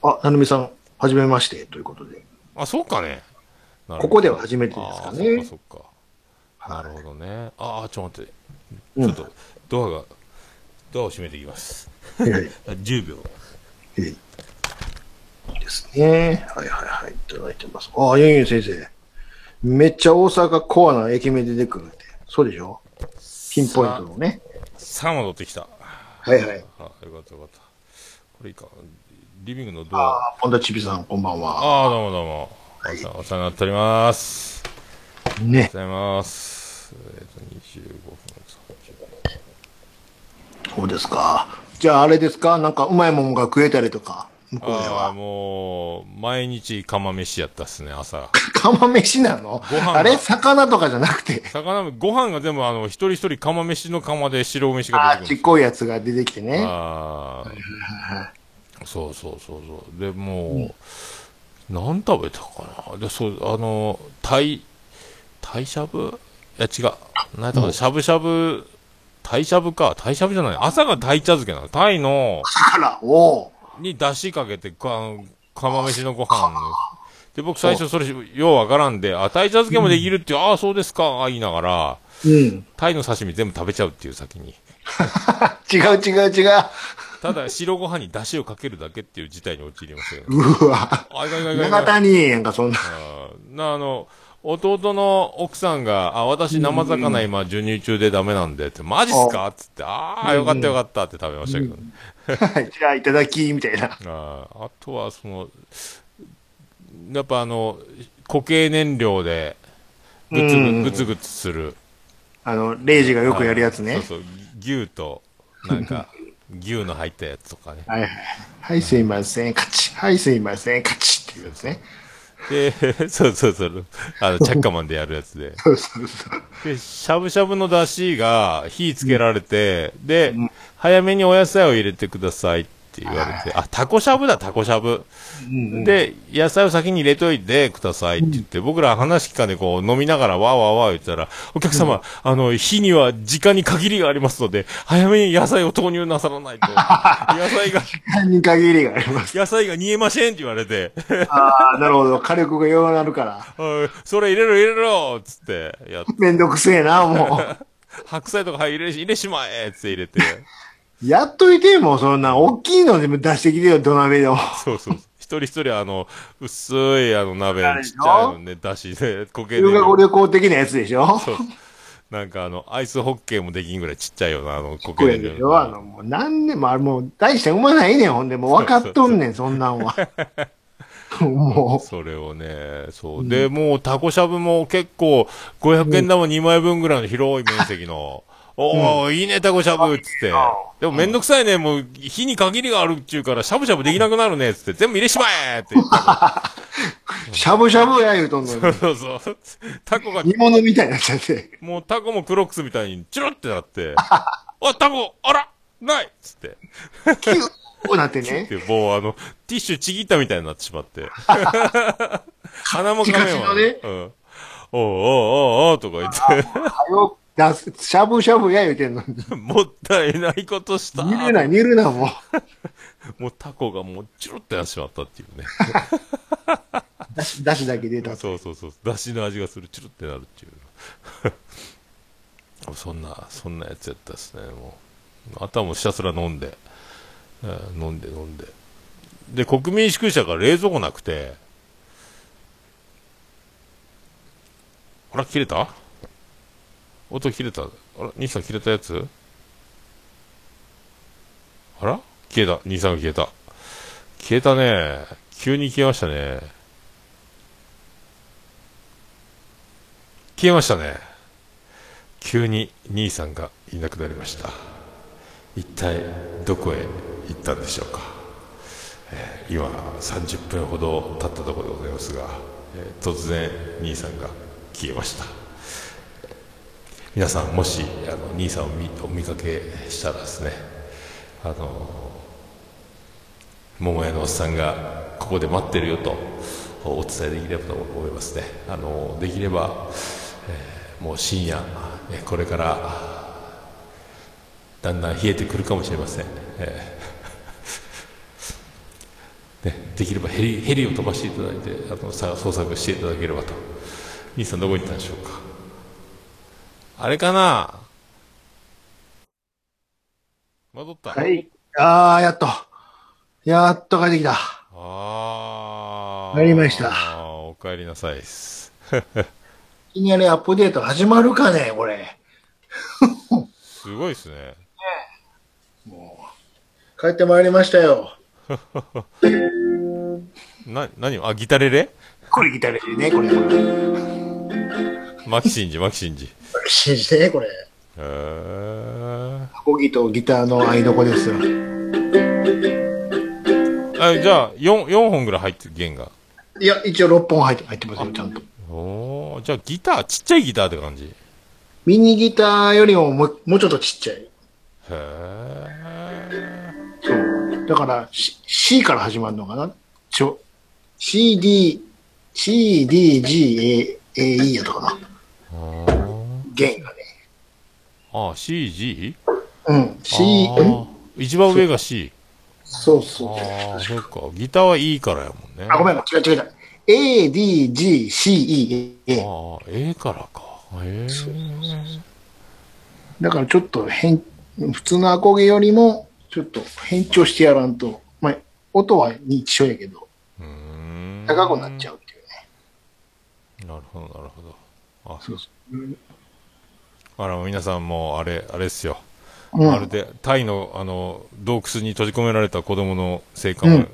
[SPEAKER 2] あ、なるみさん、はじめまして、ということで。
[SPEAKER 1] あ、そうかね。なるほど
[SPEAKER 2] ここでは初めてですか
[SPEAKER 1] あー
[SPEAKER 2] ね。
[SPEAKER 1] そっかそっか。
[SPEAKER 2] は
[SPEAKER 1] ないるほどね。ああ、ちょっと待
[SPEAKER 2] う
[SPEAKER 1] って。
[SPEAKER 2] ん
[SPEAKER 1] ちょっと、ドアが、ドアを閉めていきます。
[SPEAKER 2] はい
[SPEAKER 1] あ10秒。
[SPEAKER 2] ええですね。はいはいはい。いただいてます。ああ、ユンユン先生。めっちゃ大阪コアな駅名出てくるって。そうでしょピンポイントのね。
[SPEAKER 1] 3は乗ってきた。
[SPEAKER 2] はいはい。
[SPEAKER 1] あよかったよかった。これいいか。リビングのド
[SPEAKER 2] あ
[SPEAKER 1] ア。
[SPEAKER 2] あ、ポンダチビさん、こんばんは。
[SPEAKER 1] ああ、どうもどうも。お世話お世話になっております。あり
[SPEAKER 2] ね
[SPEAKER 1] が。とうございます。えっ、と、25分
[SPEAKER 2] そうですか。じゃああれですかなんかうまいもんが食えたりとか。向こうで
[SPEAKER 1] 30。ああ、
[SPEAKER 2] は。
[SPEAKER 1] もう、毎日釜飯やったっすね、朝。
[SPEAKER 2] 釜飯なの
[SPEAKER 1] ご飯が
[SPEAKER 2] あれ魚とかじゃなくて。
[SPEAKER 1] 魚、ご飯が全部あの、一人一人釜飯の釜で白飯が
[SPEAKER 2] あ
[SPEAKER 1] 出
[SPEAKER 2] あ、
[SPEAKER 1] てく
[SPEAKER 2] ち
[SPEAKER 1] るんで
[SPEAKER 2] っ
[SPEAKER 1] す。
[SPEAKER 2] こいやつが出てきてね。
[SPEAKER 1] ああ。そうそうそうそう。で、もう、何食べたかな。で、そう、あの、タイ、タイしゃぶいや、違う。何やったかな。しゃぶしゃぶ、タイしゃぶか。タイしゃぶじゃない。朝がタイ茶漬けなの。タイの、
[SPEAKER 2] だから、おお。
[SPEAKER 1] に出汁かけて、か、釜飯のご飯で、僕最初それ、ようわからんで、あ、タイ茶漬けもできるって、ああ、そうですか、言いながら、
[SPEAKER 2] うん。
[SPEAKER 1] タイの刺身全部食べちゃうっていう先に。
[SPEAKER 2] 違う違う違う。
[SPEAKER 1] ただ、白ご飯に出汁をかけるだけっていう事態に陥りましたよね。
[SPEAKER 2] うわ。
[SPEAKER 1] あ、いかんいかんいかんいか
[SPEAKER 2] 長
[SPEAKER 1] ん
[SPEAKER 2] 谷なんかそんな。
[SPEAKER 1] あーな、あの、弟の奥さんが、あ、私生魚今授乳中でダメなんで、って、マジっすかっつって、ああ、よかったよかったって食べましたけどね。
[SPEAKER 2] はいじゃあ、いただき、みたいな。
[SPEAKER 1] あーあとは、その、やっぱあの、固形燃料で、ぐつ
[SPEAKER 2] うんうんうん
[SPEAKER 1] ぐ、ぐつぐつする。
[SPEAKER 2] あの、レイジがよくやるやつ
[SPEAKER 1] そ
[SPEAKER 2] ね
[SPEAKER 1] う。そう、牛と、なん か、牛の入ったやつとかね。
[SPEAKER 2] はいはい。はい、すいません、カチ。はい、すいません、カチっていうやつね。
[SPEAKER 1] で、 そうそうそう、あの、チャッカマンでやるやつで。
[SPEAKER 2] そうそうそう。
[SPEAKER 1] で、しゃぶしゃぶの出汁が火つけられて、で、早めにお野菜を入れてくださいってって言われて、あ、タコしゃぶだ、タコしゃぶ。で、野菜を先に入れといてくださいって言って、僕ら話聞かでこう飲みながらわーわーわー言ってたら、お客様、あの、火には時間に限りがありますので、早めに野菜を投入なさらないと、野菜が、
[SPEAKER 2] に限りがあります。
[SPEAKER 1] 野菜が煮えませんって言われて、
[SPEAKER 2] ああ、なるほど。火力が弱くなるから。
[SPEAKER 1] おいそれ入れろ入れろっつって、やっ
[SPEAKER 2] めんどくせえな、も う。
[SPEAKER 1] 白菜とか入れ、入れしまえっつって入れて、
[SPEAKER 2] やっといて、もうそんな、大きいのでも出してきてよ、土鍋で も。
[SPEAKER 1] そうそう。一人一人あの、薄いあの鍋、
[SPEAKER 2] あれ
[SPEAKER 1] ちっ
[SPEAKER 2] でし
[SPEAKER 1] ち
[SPEAKER 2] ょ
[SPEAKER 1] ゃいのね、だしで、焦げで。
[SPEAKER 2] 修学旅行的なやつでしょ
[SPEAKER 1] そうなんかあの、アイスホッケーもできんぐらいちっちゃいよな、あの、コ
[SPEAKER 2] こ
[SPEAKER 1] ケ
[SPEAKER 2] れでしょあの、もう何年もあれ、もう大したうまないねん、ほんで。もう分かっとんねん、そんなん は。も
[SPEAKER 1] それをね、そう。で、もうタコしゃぶも結構、500円玉2枚分ぐらいの広い面積の、おー、いいね、タコしゃぶっつって。でもめんどくさいね、もう、火に限りがあるっちゅうから、しゃぶしゃぶできなくなるね、っつって、全部入れしまえって言った
[SPEAKER 2] う、しゃぶしゃぶや言うとんのに。
[SPEAKER 1] のそうそう。タコが
[SPEAKER 2] 煮物みたいになっちゃって。
[SPEAKER 1] もうタコもクロックスみたいにチュルってなって、あ、タコ、あら、ないっつって。
[SPEAKER 2] キュッこうなって ね。
[SPEAKER 1] で、もうあの、ティッシュちぎったみたいになってしまって。鼻もかめんわ。
[SPEAKER 2] ピカチ
[SPEAKER 1] うん。おうおうおうおうとか言っ
[SPEAKER 2] はよ、出す、しゃぶしゃぶや言うてんのに。
[SPEAKER 1] て、 もったいないことした。
[SPEAKER 2] 煮るな、煮るな、もう。
[SPEAKER 1] もうタコがもうチュルってなってしまったっていうね。
[SPEAKER 2] だし、だしだけ出た。
[SPEAKER 1] そうそうそう。だしの味がする、チュルってなるっていう。 そんな、そんなやつやったですね、もう。あとはもうひたすら飲んで、うん飲んで飲んで。で、国民宿舎が冷蔵庫なくて、あら、切れた音切れたあら、兄さん切れたやつあら消えた。兄さんが消えた。消えたね。急に消えましたね。消えましたね急に兄さんがいなくなりました一体どこへ行ったんでしょうか、えー今30分ほど経ったところでございますが、えー突然兄さんが消えました皆さんもしあの兄さんを見お見かけしたらですねあの桃屋のおっさんがここで待ってるよとお伝えできればと思いますねあのできれば、えーもう深夜えーこれからだんだん冷えてくるかもしれません、えー ね、できればヘリヘリを飛ばしていただいてあのさ捜索していただければと兄さんどこ行ったんでしょうかあれかな戻った、
[SPEAKER 2] はい。ああ、やっと。やっと帰ってきた。
[SPEAKER 1] ああ。
[SPEAKER 2] 帰りました
[SPEAKER 1] あーお帰りなさいっす。
[SPEAKER 2] いきなりアップデート始まるかね、これ。
[SPEAKER 1] すごいですね。
[SPEAKER 2] 帰ってまいりましたよ。
[SPEAKER 1] な、何をあ、ギタレレ
[SPEAKER 2] これギタレでね、これ。こ
[SPEAKER 1] マキシンジ、マキシンジ。
[SPEAKER 2] れ信じてね、これ。
[SPEAKER 1] へー
[SPEAKER 2] アコギとギターの合いの子ですよ。
[SPEAKER 1] あ、じゃあ、4、四本ぐらい入ってる弦が。
[SPEAKER 2] いや、一応6本入って入ってますよ、ちゃんと。
[SPEAKER 1] おーじゃあギター、ちっちゃいギターって感じ。へ
[SPEAKER 2] ミニギターよりももうもうちょっとちっちゃい。
[SPEAKER 1] え。
[SPEAKER 2] そう。だから、C, C から始まるのかなちょ、CD、CDGAE やったかな弦がね。
[SPEAKER 1] あ、CG?
[SPEAKER 2] うん。C、
[SPEAKER 1] あ
[SPEAKER 2] ん
[SPEAKER 1] ー一番上が C。
[SPEAKER 2] そうそう。
[SPEAKER 1] ああ、そうか。ギターはいいからやもんね。
[SPEAKER 2] あ、ごめ
[SPEAKER 1] ん。
[SPEAKER 2] ん、違う違う違う。A, D, G, C, E, A。
[SPEAKER 1] ああ、A からか。へえ。
[SPEAKER 2] だからちょっと変、普通のアコギよりも、ちょっと変調してやらんと、まあ、音は一緒やけど、
[SPEAKER 1] うーん
[SPEAKER 2] 高くなっちゃうっていうね。
[SPEAKER 1] なるほど、なるほど。あ、
[SPEAKER 2] そうそ
[SPEAKER 1] あら、皆さんもうあれ、あれですよ。
[SPEAKER 2] う。う
[SPEAKER 1] まる
[SPEAKER 2] ん。
[SPEAKER 1] で、タイの、あの、洞窟に閉じ込められた子供の生還を、
[SPEAKER 2] うん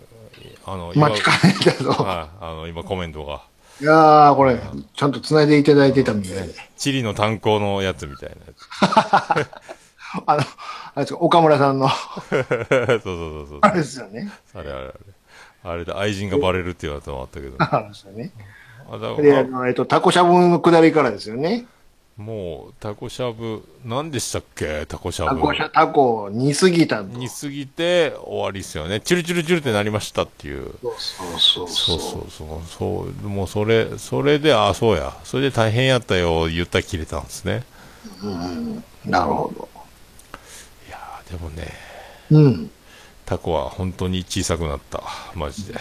[SPEAKER 1] あの、今、は
[SPEAKER 2] 巻
[SPEAKER 1] い
[SPEAKER 2] き、返えたぞ。
[SPEAKER 1] あの、今コメントが、
[SPEAKER 2] いやー、これ、ちゃんと繋いでいただいてたみたいで。
[SPEAKER 1] チリの炭鉱のやつ みたいな
[SPEAKER 2] あの、あれですか、岡村さんの、
[SPEAKER 1] やつ。そうそうそうそう。
[SPEAKER 2] あれですよね。
[SPEAKER 1] あれあれあれ。あれで愛人がバレるっていうのもあったけど。あ、
[SPEAKER 2] あれですよね。
[SPEAKER 1] だか
[SPEAKER 2] で、あ
[SPEAKER 1] ら、
[SPEAKER 2] の、えっと、タコしゃぶの下りからですよね。
[SPEAKER 1] もう、タコシャブ、何でしたっけタコシャ
[SPEAKER 2] タ
[SPEAKER 1] ブ。
[SPEAKER 2] コ、タコ、煮すぎたんだ
[SPEAKER 1] に過ぎて終わりですよね。チュルチュルチュルってなりましたっていう。
[SPEAKER 2] そうそ
[SPEAKER 1] そ
[SPEAKER 2] うそうう
[SPEAKER 1] そ
[SPEAKER 2] そう
[SPEAKER 1] そう。そう、もうそれ、それで、あ、そうや。それで大変やったよ、言ったら切れたんですね。
[SPEAKER 2] う。なるほど。
[SPEAKER 1] いやー、でもね、
[SPEAKER 2] うん。
[SPEAKER 1] タコは本当に小さくなった。マジで。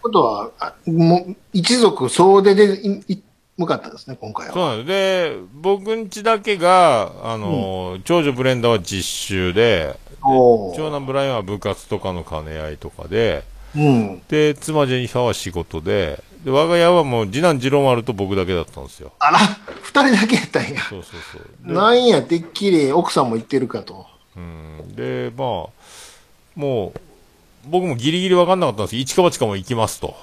[SPEAKER 2] ことは、あもう一族総出でいい向かったんですね、今回
[SPEAKER 1] そうな
[SPEAKER 2] は。
[SPEAKER 1] んです。で、僕んちだけが、あの、長女ブレンダーは実習で、
[SPEAKER 2] お
[SPEAKER 1] 長
[SPEAKER 2] ー
[SPEAKER 1] 男ブライアンは部活とかの兼ね合いとかで、
[SPEAKER 2] うん。
[SPEAKER 1] で、妻ジェニファーは仕事で、で、我が家はもう次男次郎丸と僕だけだったんですよ。
[SPEAKER 2] あら、二人だけやったんや。
[SPEAKER 1] そうそうそう。で
[SPEAKER 2] なんや、てっきり奥さんも言ってるかと。
[SPEAKER 1] うん、で、まあ、もう、僕もギリギリ分かんなかったんですけど、一か八かも行きますと。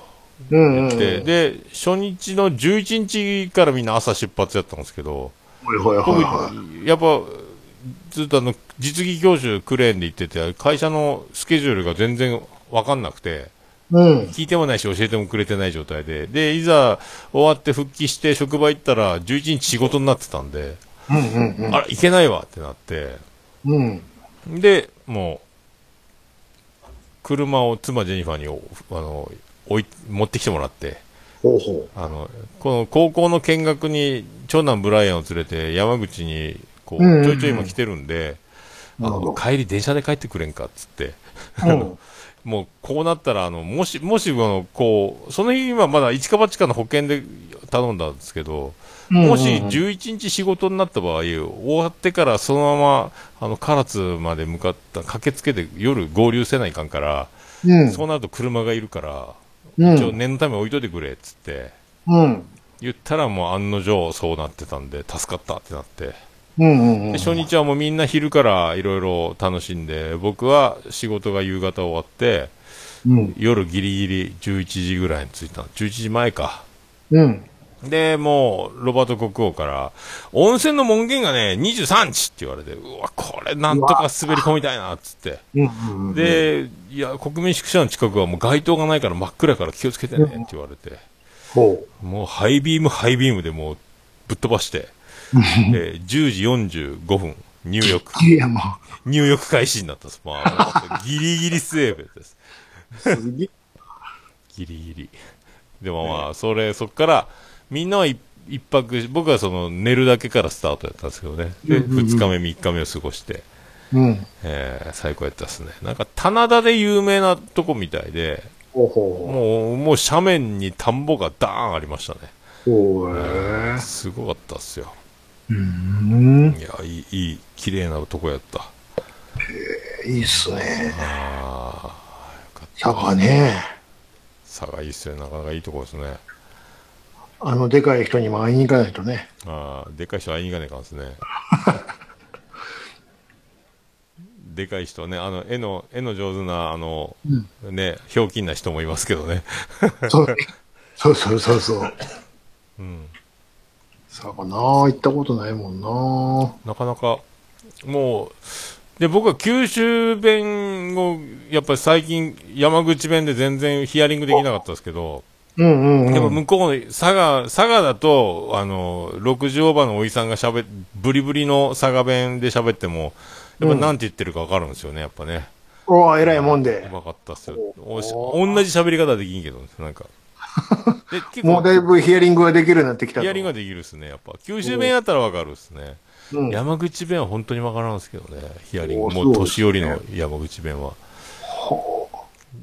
[SPEAKER 2] うんうん。
[SPEAKER 1] で、で、初日の11日からみんな朝出発やったんですけど、
[SPEAKER 2] ほいほいほ
[SPEAKER 1] 僕
[SPEAKER 2] いほい。、
[SPEAKER 1] やっぱ、ずっとあの、実技教習クレーンで行ってて、会社のスケジュールが全然分かんなくて、
[SPEAKER 2] うん。
[SPEAKER 1] 聞いてもないし教えてもくれてない状態で、で、いざ終わって復帰して職場行ったら11日仕事になってたんで、
[SPEAKER 2] うんうんうん。
[SPEAKER 1] あら、行けないわってなって、
[SPEAKER 2] うん。
[SPEAKER 1] で、もう、車を妻ジェニファーにおあの置い持ってきてもらって、
[SPEAKER 2] ほうほ
[SPEAKER 1] あの、この高校の見学に長男ブライアンを連れて山口にこう、
[SPEAKER 2] うんうんうん
[SPEAKER 1] ちょいちょい今来てるんで、あ
[SPEAKER 2] なるほ
[SPEAKER 1] の
[SPEAKER 2] ど
[SPEAKER 1] 帰り電車で帰ってくれんかっつって、
[SPEAKER 2] う。うん。
[SPEAKER 1] もうこうなったら、あの、もし、もし、あの、こう、その日今まだ一か八かの保険で頼んだんですけど、もし
[SPEAKER 2] うんうんうん
[SPEAKER 1] 11日仕事になった場合、終わってからそのまま、あの、唐津まで向かった、駆けつけて夜合流せないかんから、
[SPEAKER 2] うん。
[SPEAKER 1] そうなると車がいるから、
[SPEAKER 2] う
[SPEAKER 1] 一応
[SPEAKER 2] ん。
[SPEAKER 1] 念のため置いといてくれ、っつって、
[SPEAKER 2] うん。
[SPEAKER 1] 言ったらもう案の定そうなってたんで、助かったってなって。
[SPEAKER 2] うんうん。
[SPEAKER 1] で初日はもうみんな昼からいろいろ楽しんで、僕は仕事が夕方終わって、
[SPEAKER 2] うん。
[SPEAKER 1] 夜ギリギリ11時ぐらいに着いたの11時前か
[SPEAKER 2] うん。
[SPEAKER 1] でもうロバート国王から温泉の門限がね23日って言われてうわこれなんとか滑り込みたいなっつって
[SPEAKER 2] うん。、
[SPEAKER 1] でいや国民宿舎の近くはもう街灯がないから真っ暗から気をつけてねって言われて
[SPEAKER 2] ほ
[SPEAKER 1] もうハイビームハイビームでもうぶっ飛ばして、えー10時45分入浴
[SPEAKER 2] う。いや、も
[SPEAKER 1] 入浴開始になったんです、まあ、ギリギリセーブです
[SPEAKER 2] う、すげえ。
[SPEAKER 1] ギリギリ。 でもまあ、それ、そっから、みんなは一一泊し、僕はその寝るだけからスタートやったんですけどね。で、
[SPEAKER 2] うんうんうん
[SPEAKER 1] 二日目、三日目を過ごして、
[SPEAKER 2] うん。
[SPEAKER 1] えー最高やったですね。なんか、棚田で有名なとこみたいで、
[SPEAKER 2] ほうほ
[SPEAKER 1] もう、もう斜面に田んぼがダーンありましたね。
[SPEAKER 2] うほう。ほうへえ。
[SPEAKER 1] すごかったっすよ。
[SPEAKER 2] うん。
[SPEAKER 1] いや、いい、いい、綺麗なとこやった。
[SPEAKER 2] いいっすね。
[SPEAKER 1] あ
[SPEAKER 2] やっぱね、
[SPEAKER 1] ー、差がいいっすよ。なかなかいいとこですね。
[SPEAKER 2] あのでかい人にも会いに行かないとね。
[SPEAKER 1] ああ、でかい人は会いに行かねえかんです ね。でかい人ね、あの、絵の、絵の上手な、あの、ね、ひょうきんな人もいますけどね。
[SPEAKER 2] そうそうそうそうそう。
[SPEAKER 1] うん。
[SPEAKER 2] そうかな行ったことないもんな
[SPEAKER 1] なかなか、もう、で、僕は九州弁を、やっぱり最近、山口弁で全然ヒアリングできなかったですけど、
[SPEAKER 2] うんうんうん。
[SPEAKER 1] やっぱ向こうの、佐賀、佐賀だと、あの、60オーバーのおじさんが喋っ、ブリブリの佐賀弁で喋っても、やっぱなんて言ってるかわかるんですよね、やっぱね。
[SPEAKER 2] おお、偉いもんで
[SPEAKER 1] う。まかったっすよ。
[SPEAKER 2] お
[SPEAKER 1] おし同じ喋り方できんけど、なん か。で、結
[SPEAKER 2] も
[SPEAKER 1] 構
[SPEAKER 2] う、だいぶヒアリングができるようになってきたと。
[SPEAKER 1] ヒアリングができるっすね、やっぱ。九州弁やったらわかるっすね。
[SPEAKER 2] うん。
[SPEAKER 1] 山口弁は本当にわからんすけどね、ヒアリン
[SPEAKER 2] お
[SPEAKER 1] グ。
[SPEAKER 2] ー
[SPEAKER 1] もう年寄りの山口弁 は。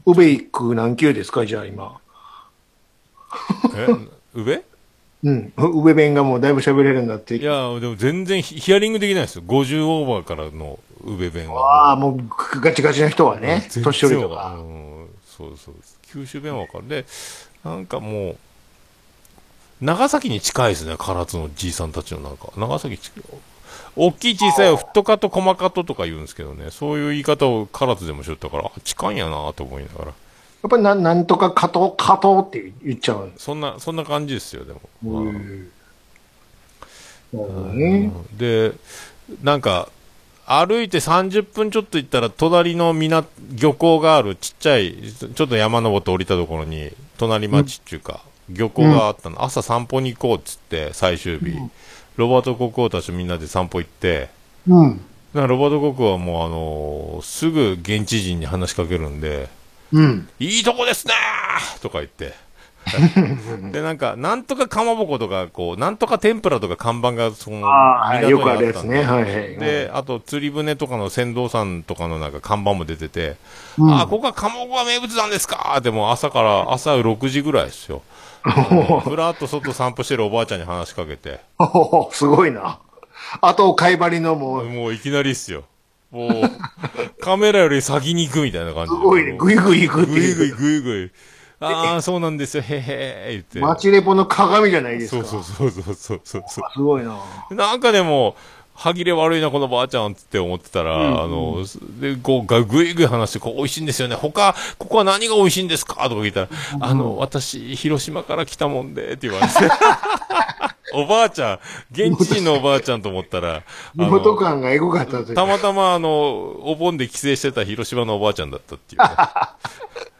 [SPEAKER 2] ウベイク何級ですかじゃあ今。
[SPEAKER 1] え、上
[SPEAKER 2] うん。ウベ弁がもうだいぶ喋れるようになって
[SPEAKER 1] い。や、でも全然ヒヒアリングできないですよ。50オーバーからの上弁
[SPEAKER 2] あ
[SPEAKER 1] は。
[SPEAKER 2] あ、もうガチガチな人はね。
[SPEAKER 1] 全然
[SPEAKER 2] 年寄りと
[SPEAKER 1] わん
[SPEAKER 2] か。
[SPEAKER 1] うんそうそう。九州弁はわかる。で、なんかもう、長崎に近いですね、唐津のじいさんたちのなんか。長崎近い。大きい小さいを太かと細かととか言うんですけどね、そういう言い方を唐津でもしよったから、あ近いんやなと思いながら。
[SPEAKER 2] やっぱりなんなんとか加藤、加藤って言っちゃう。
[SPEAKER 1] そんな、そんな感じですよ、でも。
[SPEAKER 2] う
[SPEAKER 1] まあ
[SPEAKER 2] ん。なるほどね。
[SPEAKER 1] で、なんか、歩いて30分ちょっと行ったら、隣の港、漁港があるちっちゃい、ちょっと山登って降りたところに、隣町っていうか、漁港があったの、朝散歩に行こうっつって、最終日、ロバート国王たちみんなで散歩行って、
[SPEAKER 2] うん。
[SPEAKER 1] だからロバート国王はもうあのーすぐ現地人に話しかけるんで、
[SPEAKER 2] うん。
[SPEAKER 1] いいとこですねーとか言っ て。で、なんか、なんとかかまぼことか、こう、なんとか天ぷらとか看板が、その、
[SPEAKER 2] ああ、
[SPEAKER 1] 港に
[SPEAKER 2] よくある
[SPEAKER 1] っ
[SPEAKER 2] や
[SPEAKER 1] た
[SPEAKER 2] つ
[SPEAKER 1] ん
[SPEAKER 2] ね。はいはい。
[SPEAKER 1] で、あと、釣り船とかの船頭さんとかのなんか看板も出てて、
[SPEAKER 2] うん
[SPEAKER 1] ああ、ここはかまぼこが名物なんですかでも朝から、朝6時ぐらいです よ。ふらっと外散歩してるおばあちゃんに話しかけて、
[SPEAKER 2] おお、 すごいな。あと、貝張りのもう、
[SPEAKER 1] もういきなりっすよ。もう、カメラより先に行くみたいな感じ
[SPEAKER 2] す
[SPEAKER 1] で。
[SPEAKER 2] ごいね。ぐいぐい行くって
[SPEAKER 1] ぐいぐ
[SPEAKER 2] い。
[SPEAKER 1] いうぐい ぐい。ああ、そうなんですよ、へへー言って。
[SPEAKER 2] 街レポの鏡じゃないです
[SPEAKER 1] そう
[SPEAKER 2] か。
[SPEAKER 1] そうそうそうそうそうそ
[SPEAKER 2] すごいな。
[SPEAKER 1] う。なんかでも、歯切れ悪いな、このばあちゃんっつって思ってたら、あの、で、こう、がぐいぐい話して、こう、美味しいんですよね。他、ここは何が美味しいんですかとか聞いたら、あの、私、広島から来たもんで、って言われて。おばあちゃん、現地人のおばあちゃんと思ったら、あ
[SPEAKER 2] 地
[SPEAKER 1] の
[SPEAKER 2] 元感がエゴかったとい う
[SPEAKER 1] た。またま、あの、お盆で帰省してた広島のおばあちゃんだったっていうね、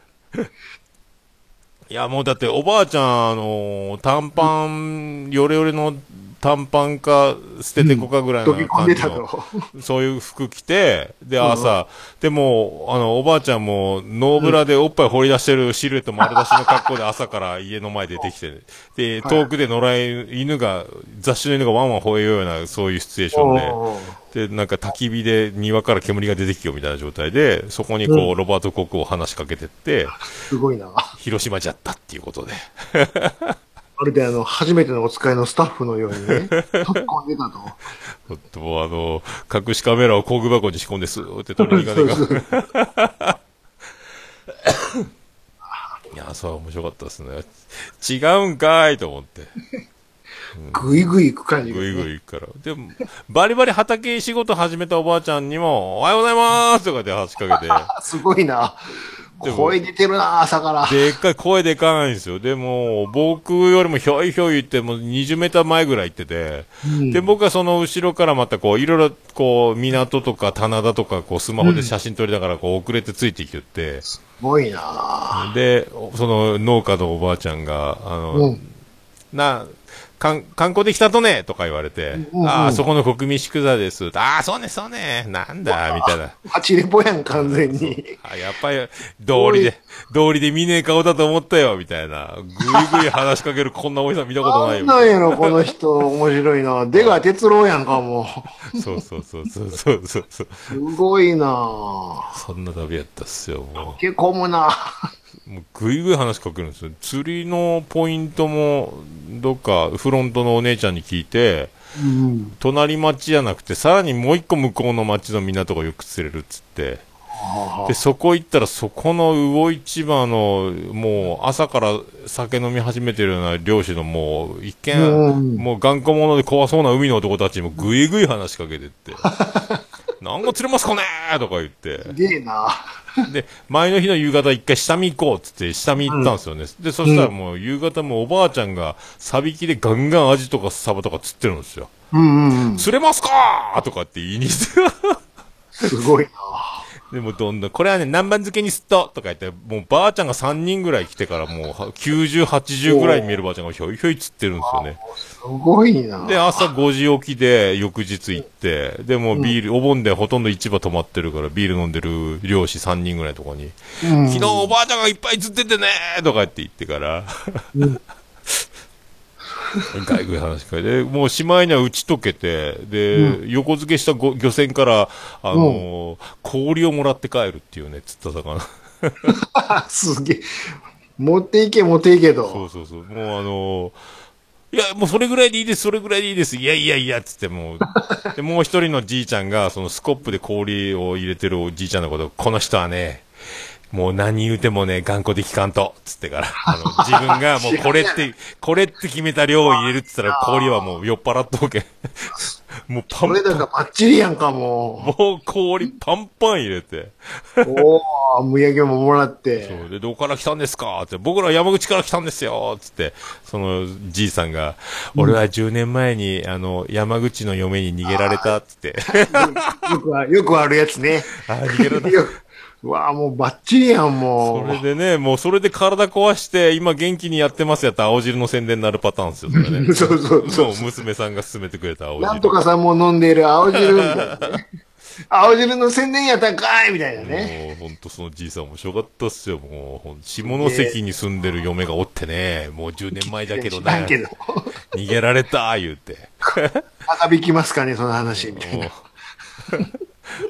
[SPEAKER 1] いや、もうだって、おばあちゃん、あの、短パン、ヨレヨレの短パンか、捨ててこかぐらいの
[SPEAKER 2] 飛び込ん
[SPEAKER 1] 感
[SPEAKER 2] で
[SPEAKER 1] じ
[SPEAKER 2] た
[SPEAKER 1] の、
[SPEAKER 2] と。
[SPEAKER 1] そういう服着て、で、朝、でも、あの、おばあちゃんも、ノーブラでおっぱい掘り出してるシルエット丸出しの格好で朝から家の前出てきて、で、
[SPEAKER 2] はい
[SPEAKER 1] 遠くで野良犬が、雑種の犬がワンワン吠えようような、そういうシチュエーションで、
[SPEAKER 2] おー
[SPEAKER 1] で、なんか焚き火で庭から煙が出てきようみたいな状態で、そこにこう、ロバート国王を話しかけてって、
[SPEAKER 2] すごいな。
[SPEAKER 1] 広島じゃったっていうことで。
[SPEAKER 2] まるであの、初めてのお使いのスタッフのよう にね、飛び込んでたと。
[SPEAKER 1] ちょっともうあの、隠しカメラを工具箱に仕込んですって取りに行かねえ
[SPEAKER 2] そう
[SPEAKER 1] か。
[SPEAKER 2] そう
[SPEAKER 1] いや、それは面白かったですね。違うんかいと思って。
[SPEAKER 2] ぐいぐい行く感じが
[SPEAKER 1] ぐ
[SPEAKER 2] ね。
[SPEAKER 1] いぐい行くから。でも、バリバリ畑仕事始めたおばあちゃんにも、おはようございますとかで話しかけて。
[SPEAKER 2] あすごいな。
[SPEAKER 1] でも
[SPEAKER 2] 声出てるな、朝から。
[SPEAKER 1] でっかい、声でかいんですよ。でも、僕よりもひょいひょい言って、もう20メーター前ぐらい行ってて、で、僕はその後ろからまたこう、いろいろこう、港とか棚田とか、こう、スマホで写真撮りながら、こう、遅れてついてきよって、
[SPEAKER 2] すごいな。
[SPEAKER 1] で、その農家のおばあちゃんが、あの、
[SPEAKER 2] うん。
[SPEAKER 1] な、観観光できたとねとか言われて、
[SPEAKER 2] うんうん
[SPEAKER 1] ああ、そこの国民宿座です。ああ、そうね、そうね、なんだ、みたいな。
[SPEAKER 2] 八レポやん、完全に。
[SPEAKER 1] あ、やっぱり、道理で、道理で見ねえ顔だと思ったよ、みたいな。ぐいぐい話しかけるこんなおじさん見たことな
[SPEAKER 2] ないん
[SPEAKER 1] よ。
[SPEAKER 2] なんやろ、この人。面白いな。出川哲郎やんか、も
[SPEAKER 1] そうそうそうそうそうそうそう。
[SPEAKER 2] う。すごいな。
[SPEAKER 1] そんな旅やったっすよ、も
[SPEAKER 2] 結構むな。
[SPEAKER 1] う。もうぐいぐい話しかけるんですよ。釣りのポイントも、どっか、フロントのお姉ちゃんに聞いて、
[SPEAKER 2] うん。
[SPEAKER 1] 隣町じゃなくて、さらにもう一個向こうの町の港がよく釣れるっつって。で、そこ行ったら、そこの魚市場の、もう朝から酒飲み始めてるような漁師のもう、一
[SPEAKER 2] うん
[SPEAKER 1] 見、もう頑固者で怖そうな海の男たちにもぐいぐい話しかけて って。何個釣れますかねーとか言って。
[SPEAKER 2] すげえな。
[SPEAKER 1] で、前の日の夕方一回下見行こうっつって下見行ったんですよね。で、そしたらもう夕方もうおばあちゃんがサビキでガンガンアジとかサバとか釣ってるんですよ。
[SPEAKER 2] うんうんうん。
[SPEAKER 1] 釣れますかーとかって言いに行って。
[SPEAKER 2] すごいな。
[SPEAKER 1] でもどんどん、これはね、南蛮漬けにすっととか言って、もうばあちゃんが3人ぐらい来てからもうは90、80ぐらいに見えるばあちゃんがひょいひょい釣ってるんですよね。
[SPEAKER 2] すごいな。
[SPEAKER 1] で、朝5時起きで翌日行って、でもうビール、お盆でほとんど市場止まってるからビール飲んでる漁師3人ぐらいのとこに、
[SPEAKER 2] うん
[SPEAKER 1] 昨日おばあちゃんがいっぱい釣っててねーとかって言ってから、 外国話しかけて、もうしまいには打ち解けて、で、横付けしたご漁船から、あのー氷をもらって帰るっていうね、釣った魚。
[SPEAKER 2] すげえ。持っていけ、持っていけ
[SPEAKER 1] そ
[SPEAKER 2] と。
[SPEAKER 1] うそうそう。もうあのーいや、もうそれぐらいでいいです、それぐらいでいいです。いやいやいや、つってもう。で、もう一人のじいちゃんが、そのスコップで氷を入れてるおじいちゃんのこと、この人はね、もう何言うてもね、頑固で聞かんと、つってから。あの、自分がもうこれって、これって決めた量を入れるって言ったら氷はもう酔っ払っとけ。もうパ
[SPEAKER 2] こ
[SPEAKER 1] ン
[SPEAKER 2] れだからバッチリやんか、も
[SPEAKER 1] もう氷パンパン入れて。
[SPEAKER 2] う。おお、むやげももらっ
[SPEAKER 1] そ
[SPEAKER 2] て。
[SPEAKER 1] うで、どこから来たんですかって、僕ら山口から来たんですよつって、そのじいさんが、俺は10年前に、あの、山口の嫁に逃げられたっつって、
[SPEAKER 2] よくあよくあるやつね。
[SPEAKER 1] あー逃げられた。
[SPEAKER 2] よくうわあ、もうバッチリやん、も。。
[SPEAKER 1] そうれでね、もうそれで体壊して、今元気にやってますやったら青汁の宣伝になるパターンですよ、それね
[SPEAKER 2] そうそうそう。
[SPEAKER 1] そう、娘さんが勧めてくれた青汁。
[SPEAKER 2] なんとかさんも飲んでいる青汁みたいな ね。青汁の宣伝やったんかいみたいなね。
[SPEAKER 1] もう、ほんとそのじいさん面白かったっすよ、もうほん。下関に住んでる嫁がおってね、もう10年前だけど
[SPEAKER 2] だ
[SPEAKER 1] な、
[SPEAKER 2] けど。
[SPEAKER 1] 逃げられた、言うて。
[SPEAKER 2] 長引きますかね、その話、みたいな。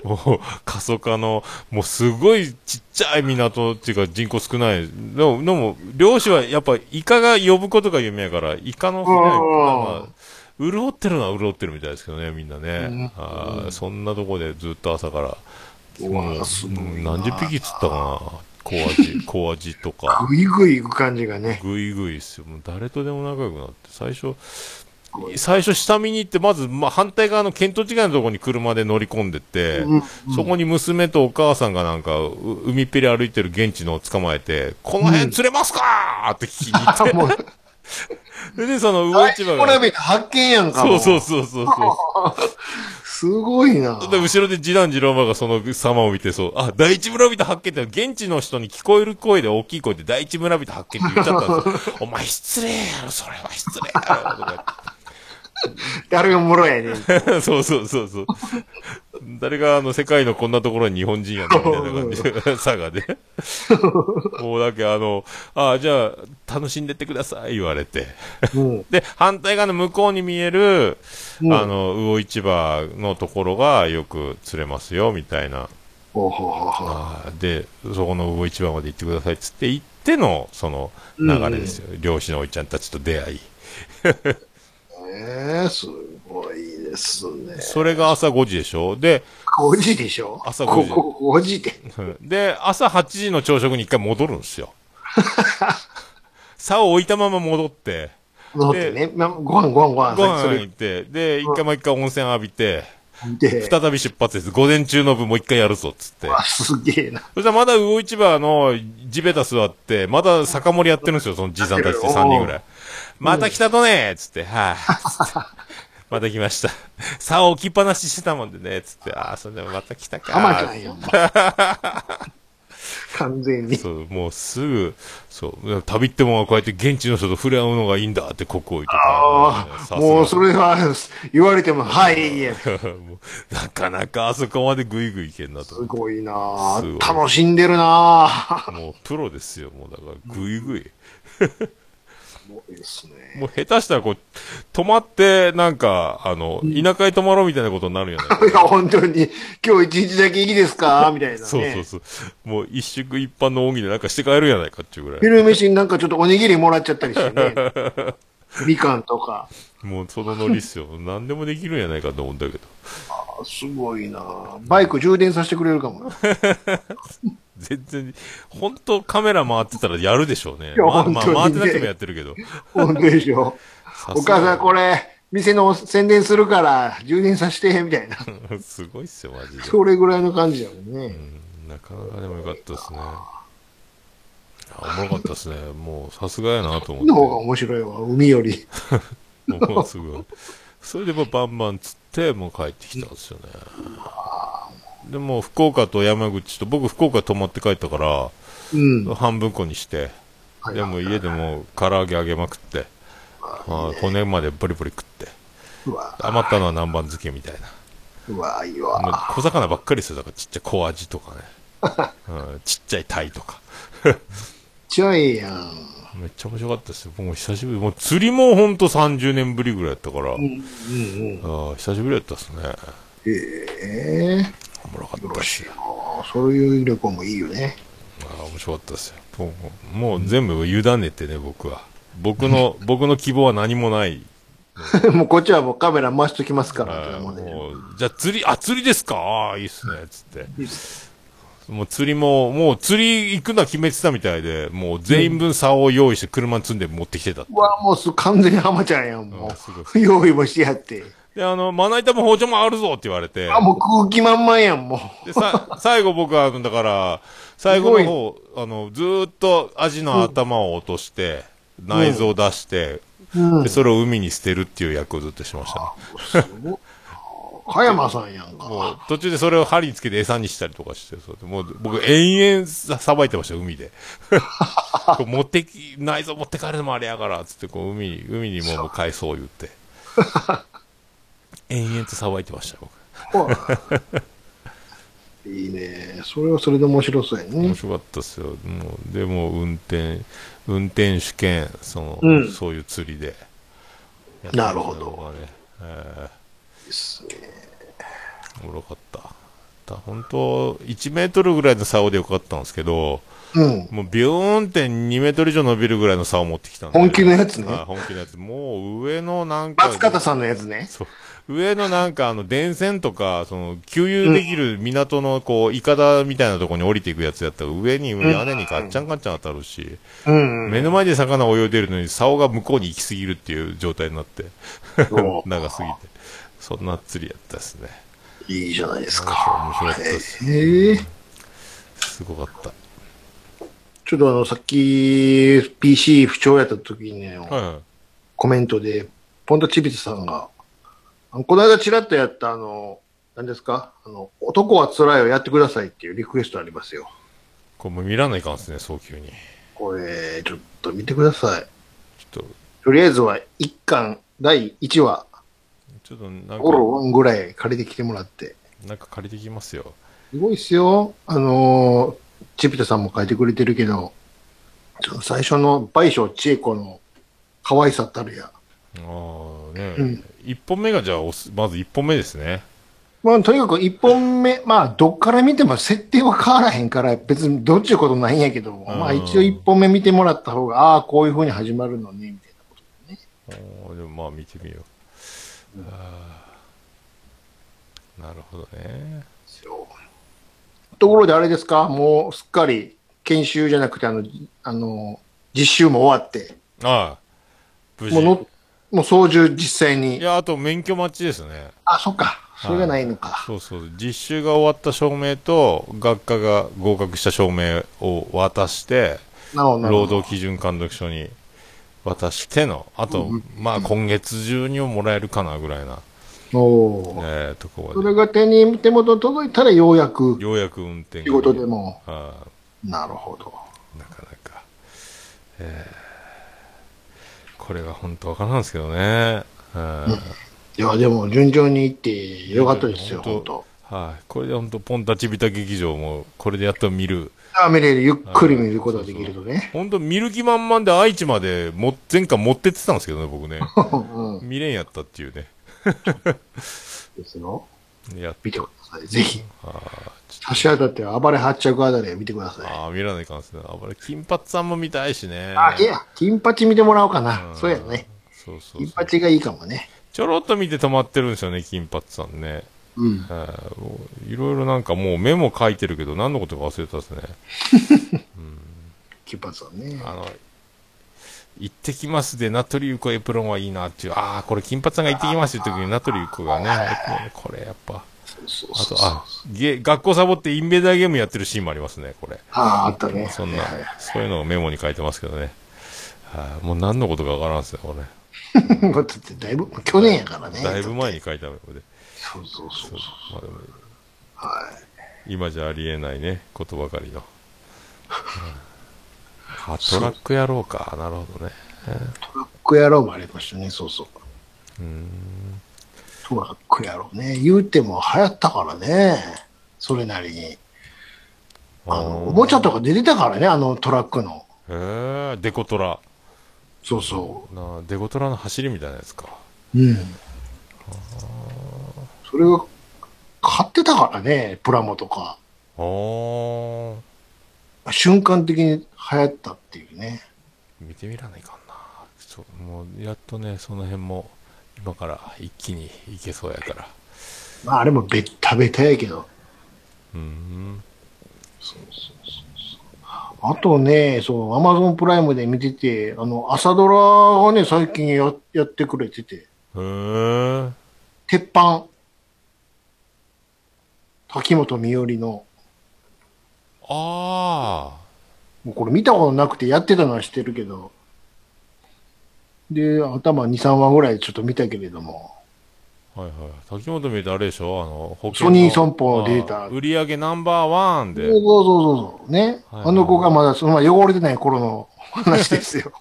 [SPEAKER 1] もう、もう、過疎化の、もうすごいちっちゃい港っていうか人口少ない。でも、でも、漁師はやっぱイカが呼ぶことが夢やから、イカの船、
[SPEAKER 2] うん
[SPEAKER 1] まあ、潤ってるのは潤ってるみたいですけどね、みんなね。あーそんなとこでずっと朝から、
[SPEAKER 2] うわすごいな
[SPEAKER 1] うん何十匹釣ったかな小アジ、小アジとか。
[SPEAKER 2] ぐいぐい行く感じ がね。
[SPEAKER 1] ぐいぐいですよ。もう誰とでも仲良くなって、最初、最初下見に行って、まず、まあ、反対側の見当違いのところに車で乗り込んでって、
[SPEAKER 2] うんうん
[SPEAKER 1] そこに娘とお母さんがなんか、う海っぺり歩いてる現地のを捕まえて、この辺釣れますかーって聞きに行って、
[SPEAKER 2] もう、
[SPEAKER 1] でね、その魚
[SPEAKER 2] 大
[SPEAKER 1] 市場
[SPEAKER 2] コラ
[SPEAKER 1] が、
[SPEAKER 2] ビ発見やんか。。
[SPEAKER 1] そうそううそうそうそ
[SPEAKER 2] すごいな。
[SPEAKER 1] う。で、後ろで次男次郎馬がその様を見て、そう、あ、第一村人発見って、現地の人に聞こえる声で大きい声で第一村人発見って言っちゃったん ですよ。お前失礼やろ、それは失礼やろ、とか言って。
[SPEAKER 2] 誰がもろやね ん。
[SPEAKER 1] そうそうそうそう。誰があの世界のこんなところに日本人やねんみたいな感じで、 佐賀で。もうだけあの、ああ、じゃあ楽しんでってください言われて。
[SPEAKER 2] うん。
[SPEAKER 1] で、反対側の向こうに見える、
[SPEAKER 2] うん
[SPEAKER 1] あの、魚市場のところがよく釣れますよみたいな。
[SPEAKER 2] ほうほうほうほう。
[SPEAKER 1] あーで、そこの魚市場まで行ってくださいっつって行っての、その流れですよ。漁師のおいちゃんたちと出会い。
[SPEAKER 2] ええ、すごいですね。
[SPEAKER 1] それが朝5時でしょで、
[SPEAKER 2] 5時でしょ
[SPEAKER 1] 朝5時
[SPEAKER 2] こここ5時で。
[SPEAKER 1] で、朝8時の朝食に一回戻るんですよ。竿を置いたまま戻って、
[SPEAKER 2] 乗ってね。まご飯ご飯ご飯。
[SPEAKER 1] ご
[SPEAKER 2] そ
[SPEAKER 1] 飯
[SPEAKER 2] れ
[SPEAKER 1] 行って、で、一回もう一回温泉浴びて、
[SPEAKER 2] 見て。
[SPEAKER 1] 再び出発です。午前中の分もう一回やるぞ、つって。
[SPEAKER 2] あ、すげえな。
[SPEAKER 1] そしたらまだ魚市場の地べた座って、まだ酒盛りやってるんですよ、そのじいさんたちで3人ぐらい。また来たとねつって、はい、つ ってまた来ました。竿置きっぱなししてたもんでね、つって、ああ、それでもまた来たか。
[SPEAKER 2] アマちゃんや ん。完全に。
[SPEAKER 1] そう、もうすぐ、そう、旅ってものはこうやって現地の人と触れ合うのがいいんだって国王言ってた。
[SPEAKER 2] ああ、
[SPEAKER 1] さすが
[SPEAKER 2] もうそれは言われても、はい、いいえ。す
[SPEAKER 1] もうなかなかあそこまでグイグイいけんなと。
[SPEAKER 2] ごいな
[SPEAKER 1] すごい
[SPEAKER 2] 楽しんでるな
[SPEAKER 1] もうプロですよ、もうだから、グイグイ。
[SPEAKER 2] すごいですね。
[SPEAKER 1] もう下手したらこう、泊まって、なんか、あの、田舎へ泊まろうみたいなことになるよね。
[SPEAKER 2] いや、本当に、今日一日だけいいで すかみたいなね。
[SPEAKER 1] そうそうそう。もう一宿一般の恩義でなんかして帰るやないかっていうぐらい。
[SPEAKER 2] 昼飯になんかちょっとおにぎりもらっちゃったりしてね。 みかんとか。
[SPEAKER 1] もうそのノリっすよ。何でもできるんやないかと思うんだけど。
[SPEAKER 2] あすごいなバイク充電させてくれるか も。
[SPEAKER 1] 全然、本当カメラ回ってたらやるでしょうね。
[SPEAKER 2] や
[SPEAKER 1] まあ
[SPEAKER 2] 本当
[SPEAKER 1] まあ、
[SPEAKER 2] に
[SPEAKER 1] 回って
[SPEAKER 2] ね
[SPEAKER 1] なくてもやってるけど。
[SPEAKER 2] 本当でしょ。お母さんこれ、店の宣伝するから充電させて、みたいな。
[SPEAKER 1] れ。 すごいっすよ、マジで。
[SPEAKER 2] それぐらいの感じだもんね。
[SPEAKER 1] うんなかなかでもよかったですね。あおもろかったですね。もう、さすがやなと思
[SPEAKER 2] 海の方が
[SPEAKER 1] っ
[SPEAKER 2] 面白いわ、海よ り。
[SPEAKER 1] て。もうすごい。それでもうバンバン釣って、もう帰ってきたんですよね。でも、福岡と山口と、僕福岡泊まって帰ったから、
[SPEAKER 2] うん。は
[SPEAKER 1] 半分こにして、
[SPEAKER 2] い
[SPEAKER 1] でも家でもう唐揚げ揚げまくって、あー骨までブリブリ食って。
[SPEAKER 2] うわ、
[SPEAKER 1] 余ったのは南蛮漬けみたいな。
[SPEAKER 2] うわ、いい
[SPEAKER 1] もう
[SPEAKER 2] わ。
[SPEAKER 1] 小魚ばっかりですよ。だからちっちゃい小アジとか ね。うん、ちっちゃいタイとか。
[SPEAKER 2] ちょいやん。
[SPEAKER 1] めっちゃ面白かったですよ。もう久しぶり。もう釣りもほんと30年ぶりぐらいやったから。
[SPEAKER 2] うんうんうん。
[SPEAKER 1] あー久しぶりやったっすね。
[SPEAKER 2] ええ
[SPEAKER 1] おもろか
[SPEAKER 2] よ
[SPEAKER 1] った
[SPEAKER 2] ろ
[SPEAKER 1] っ
[SPEAKER 2] し
[SPEAKER 1] す
[SPEAKER 2] いな。そういう旅行もいいよね。
[SPEAKER 1] あー面白かったですよ。もうもう全部委ねてね、僕は。僕 の、僕の希望は何もない。
[SPEAKER 2] もうこっちはもうカメラ回しときますか
[SPEAKER 1] あ
[SPEAKER 2] ら。
[SPEAKER 1] ー
[SPEAKER 2] もうね
[SPEAKER 1] もうじゃあ釣り、あ、釣りですかああ、いいっすね。つって。
[SPEAKER 2] いいっす
[SPEAKER 1] もう釣りも、もう釣り行くのは決めてたみたいで、もう全員分竿を用意して車に積んで持ってきてたって。
[SPEAKER 2] うわ、もうす完全に浜ちゃんやん、も
[SPEAKER 1] あす
[SPEAKER 2] う。用意もしてやって。
[SPEAKER 1] で、あの、まな板も包丁もあるぞって言われて。
[SPEAKER 2] あ、もう空気満々やん、もう。
[SPEAKER 1] で、さ、最後僕は、あのだから、最後の方、あの、ずーっとアジの頭を落として、内臓を出して、
[SPEAKER 2] う
[SPEAKER 1] で、それを海に捨てるっていう役をずっとしましたね。
[SPEAKER 2] すご葉山さんや
[SPEAKER 1] も
[SPEAKER 2] ん
[SPEAKER 1] う
[SPEAKER 2] か。、
[SPEAKER 1] 途中でそれを針につけて餌にしたりとかして、そうでもう、僕、延々ささばいてました、海 で。こう持ってき、内臓持って帰るのもあれやから、つって、こう、海に、海にもう返そう言 って。延々とさばいてました、僕。
[SPEAKER 2] いいね。それはそれで面白そうや
[SPEAKER 1] 面
[SPEAKER 2] ね。
[SPEAKER 1] 白かったですよ。もう、でも、運転、運転手兼、その、
[SPEAKER 2] うん
[SPEAKER 1] そういう釣りで。
[SPEAKER 2] なるほど
[SPEAKER 1] やってたのがね。えー
[SPEAKER 2] ですね
[SPEAKER 1] おもろかった。だ本当1メートルぐらいの竿でよかったんですけど、
[SPEAKER 2] うん。
[SPEAKER 1] もうビューンって2メートル以上伸びるぐらいの竿を持ってきたんで。
[SPEAKER 2] 本気のやつね
[SPEAKER 1] はい本気のやつ。もう上のなんか、
[SPEAKER 2] 松方さんのやつね。
[SPEAKER 1] そう。上のなんかあの電線とか、その、給油できる港のこう、イカダみたいなところに降りていくやつやったら、上に屋根にガッチャンガッチャン当たるし、
[SPEAKER 2] うん。
[SPEAKER 1] 目の前で魚泳いでるのに、竿が向こうに行き過ぎるっていう状態になって、
[SPEAKER 2] そ う
[SPEAKER 1] 長すぎて。そんな釣りやったですね。
[SPEAKER 2] いいじゃないです
[SPEAKER 1] 面
[SPEAKER 2] か。
[SPEAKER 1] 白かったです。
[SPEAKER 2] ええ。
[SPEAKER 1] すごかった。
[SPEAKER 2] ちょっとあの、さっき PC 不調やった時にね、
[SPEAKER 1] はいはい。
[SPEAKER 2] コメントで、ポンタチビタさんが、あのこの間チラッとやったあの、何ですかあの、男は辛いをやってくださいっていうリクエストありますよ。
[SPEAKER 1] これもう見らないかんですね、早急に。
[SPEAKER 2] これ、ちょっと見てください。
[SPEAKER 1] ちょっと、
[SPEAKER 2] とりあえずは一巻、第1話、
[SPEAKER 1] ちょっとなん
[SPEAKER 2] オロ
[SPEAKER 1] か、
[SPEAKER 2] ワンぐらい借りてきてもらって。
[SPEAKER 1] なんか借りてきますよ。
[SPEAKER 2] すごいっすよ。あのーチピタさんも書いてくれてるけど、その最初の倍賞千恵子の可愛さたるや。
[SPEAKER 1] ああね、
[SPEAKER 2] うん
[SPEAKER 1] 一本目がじゃあおす、まず一本目ですね。
[SPEAKER 2] まあ、とにかく一本目、まあ、どっから見ても設定は変わらへんから、別にどっちゅうことないんやけど、まあ、一応一本目見てもらった方が、ああ、こういう風に始まるのね、みたいなこと。
[SPEAKER 1] あーでもまあ見てみよう。あーなるほどね。
[SPEAKER 2] ところであれですかもうすっかり研修じゃなくて、あの、あの、実習も終わって、
[SPEAKER 1] ああ、無
[SPEAKER 2] もう
[SPEAKER 1] 事
[SPEAKER 2] の。、もう操縦実際
[SPEAKER 1] い
[SPEAKER 2] に。
[SPEAKER 1] や、あと免許待ちですね。
[SPEAKER 2] あ、そっか。それがないのか。
[SPEAKER 1] そうそう。実習が終わった証明と、学科が合格した証明を渡して、
[SPEAKER 2] なおなお。
[SPEAKER 1] 労働基準監督署に渡しての、あと、まあ今月中にももらえるかなぐらいな、
[SPEAKER 2] おー
[SPEAKER 1] えーとこ
[SPEAKER 2] そ
[SPEAKER 1] ま
[SPEAKER 2] れが手に、手元に届いたらようやく
[SPEAKER 1] で。、ようやく運転が
[SPEAKER 2] 仕事でも。
[SPEAKER 1] は
[SPEAKER 2] なるほど。
[SPEAKER 1] いなかなか。えーこれが本当わからんですけどね。はい
[SPEAKER 2] いや、でも、順調にいって、よかったですよ、本当。
[SPEAKER 1] はい。これで本当ポンタチビタ劇場も、これでやっと見る。
[SPEAKER 2] あ、見れる、ゆっくり見ることができるとね。
[SPEAKER 1] 本当見る気満々で愛知までも、前回持ってってたんですけどね、僕 ね。
[SPEAKER 2] うん、
[SPEAKER 1] 見れんやったっていうね。
[SPEAKER 2] ですよ。
[SPEAKER 1] やっ
[SPEAKER 2] 見てください、ぜひ。
[SPEAKER 1] あーち
[SPEAKER 2] 差し当たって、暴れ発着あたりを見てくだ
[SPEAKER 1] ょ
[SPEAKER 2] さ
[SPEAKER 1] あー、見らないかんですね。あ、これ、金髪さんも見たいしね。
[SPEAKER 2] い。あ、いや、金八見てもらおうか
[SPEAKER 1] う
[SPEAKER 2] な。
[SPEAKER 1] ん
[SPEAKER 2] そうやね。
[SPEAKER 1] そうそう
[SPEAKER 2] 金
[SPEAKER 1] そう。
[SPEAKER 2] 八がいいかもね。
[SPEAKER 1] ちょろっと見て止まってるんですよね、金髪さんね。
[SPEAKER 2] うん。
[SPEAKER 1] はいもういろいろなんかもうメモ書いてるけど、何のことか忘れたですね。
[SPEAKER 2] 金八はね。
[SPEAKER 1] あの、行ってきますで、ナトリウコエプロンはいいなっていう、ああ、これ金髪さんが行ってきますっていう時にナトリウコがね、これやっぱ。
[SPEAKER 2] そうそう
[SPEAKER 1] あと
[SPEAKER 2] そう、。
[SPEAKER 1] あ、ゲ学校サボってインベーダーゲームやってるシーンもありますね、これ。
[SPEAKER 2] ああ、あったね。
[SPEAKER 1] そんな
[SPEAKER 2] はいは、
[SPEAKER 1] そういうのをメモに書いてますけどね。はいもう何のことかわからんですよ、これ。
[SPEAKER 2] いだってだいぶ、去年やからね。
[SPEAKER 1] だいぶ前に書いたメモで。
[SPEAKER 2] そうそうそうそう。
[SPEAKER 1] まあでも
[SPEAKER 2] はい。
[SPEAKER 1] 今じゃありえないね、ことばかり の。うんあ、トラックやろうか。なるほどね。
[SPEAKER 2] トラック野郎もありましたね、そうそう。
[SPEAKER 1] うーん。
[SPEAKER 2] トラック野郎ね。言うても流行ったからね。それなりに。あの、おもちゃとか出てたからね、あのトラックの。
[SPEAKER 1] へえデコトラ。
[SPEAKER 2] そうそ
[SPEAKER 1] なあデコトラの走りみたいなやつか。
[SPEAKER 2] う。うん。それが、買ってたからね、プラモとか。
[SPEAKER 1] あー。
[SPEAKER 2] 瞬間的に流行ったっていうね。
[SPEAKER 1] 見てみらないかんな。そう、もう、やっとね、その辺も、今から一気にいけそうやから。
[SPEAKER 2] まあ、あれもベッタベタやけど。
[SPEAKER 1] うーん。
[SPEAKER 2] そうそうそうそう。あとね、そう、アマゾンプライムで見てて、あの、朝ドラがね、最近ややってくれてて、
[SPEAKER 1] へえ。
[SPEAKER 2] 鉄板。滝本美織の。
[SPEAKER 1] あ
[SPEAKER 2] もうこれ見たことなくてやってたのは知ってるけど。で、頭2、3話ぐらいちょっと見たけれども。
[SPEAKER 1] あ。はいはい。滝本美ってあれでしょあの、保
[SPEAKER 2] ソニー損保データ
[SPEAKER 1] あー売り上げナンバーワン
[SPEAKER 2] そう
[SPEAKER 1] で
[SPEAKER 2] そう。そうそう。ね。
[SPEAKER 1] はい
[SPEAKER 2] あの子がまだそのまま汚れてない頃の話です よ。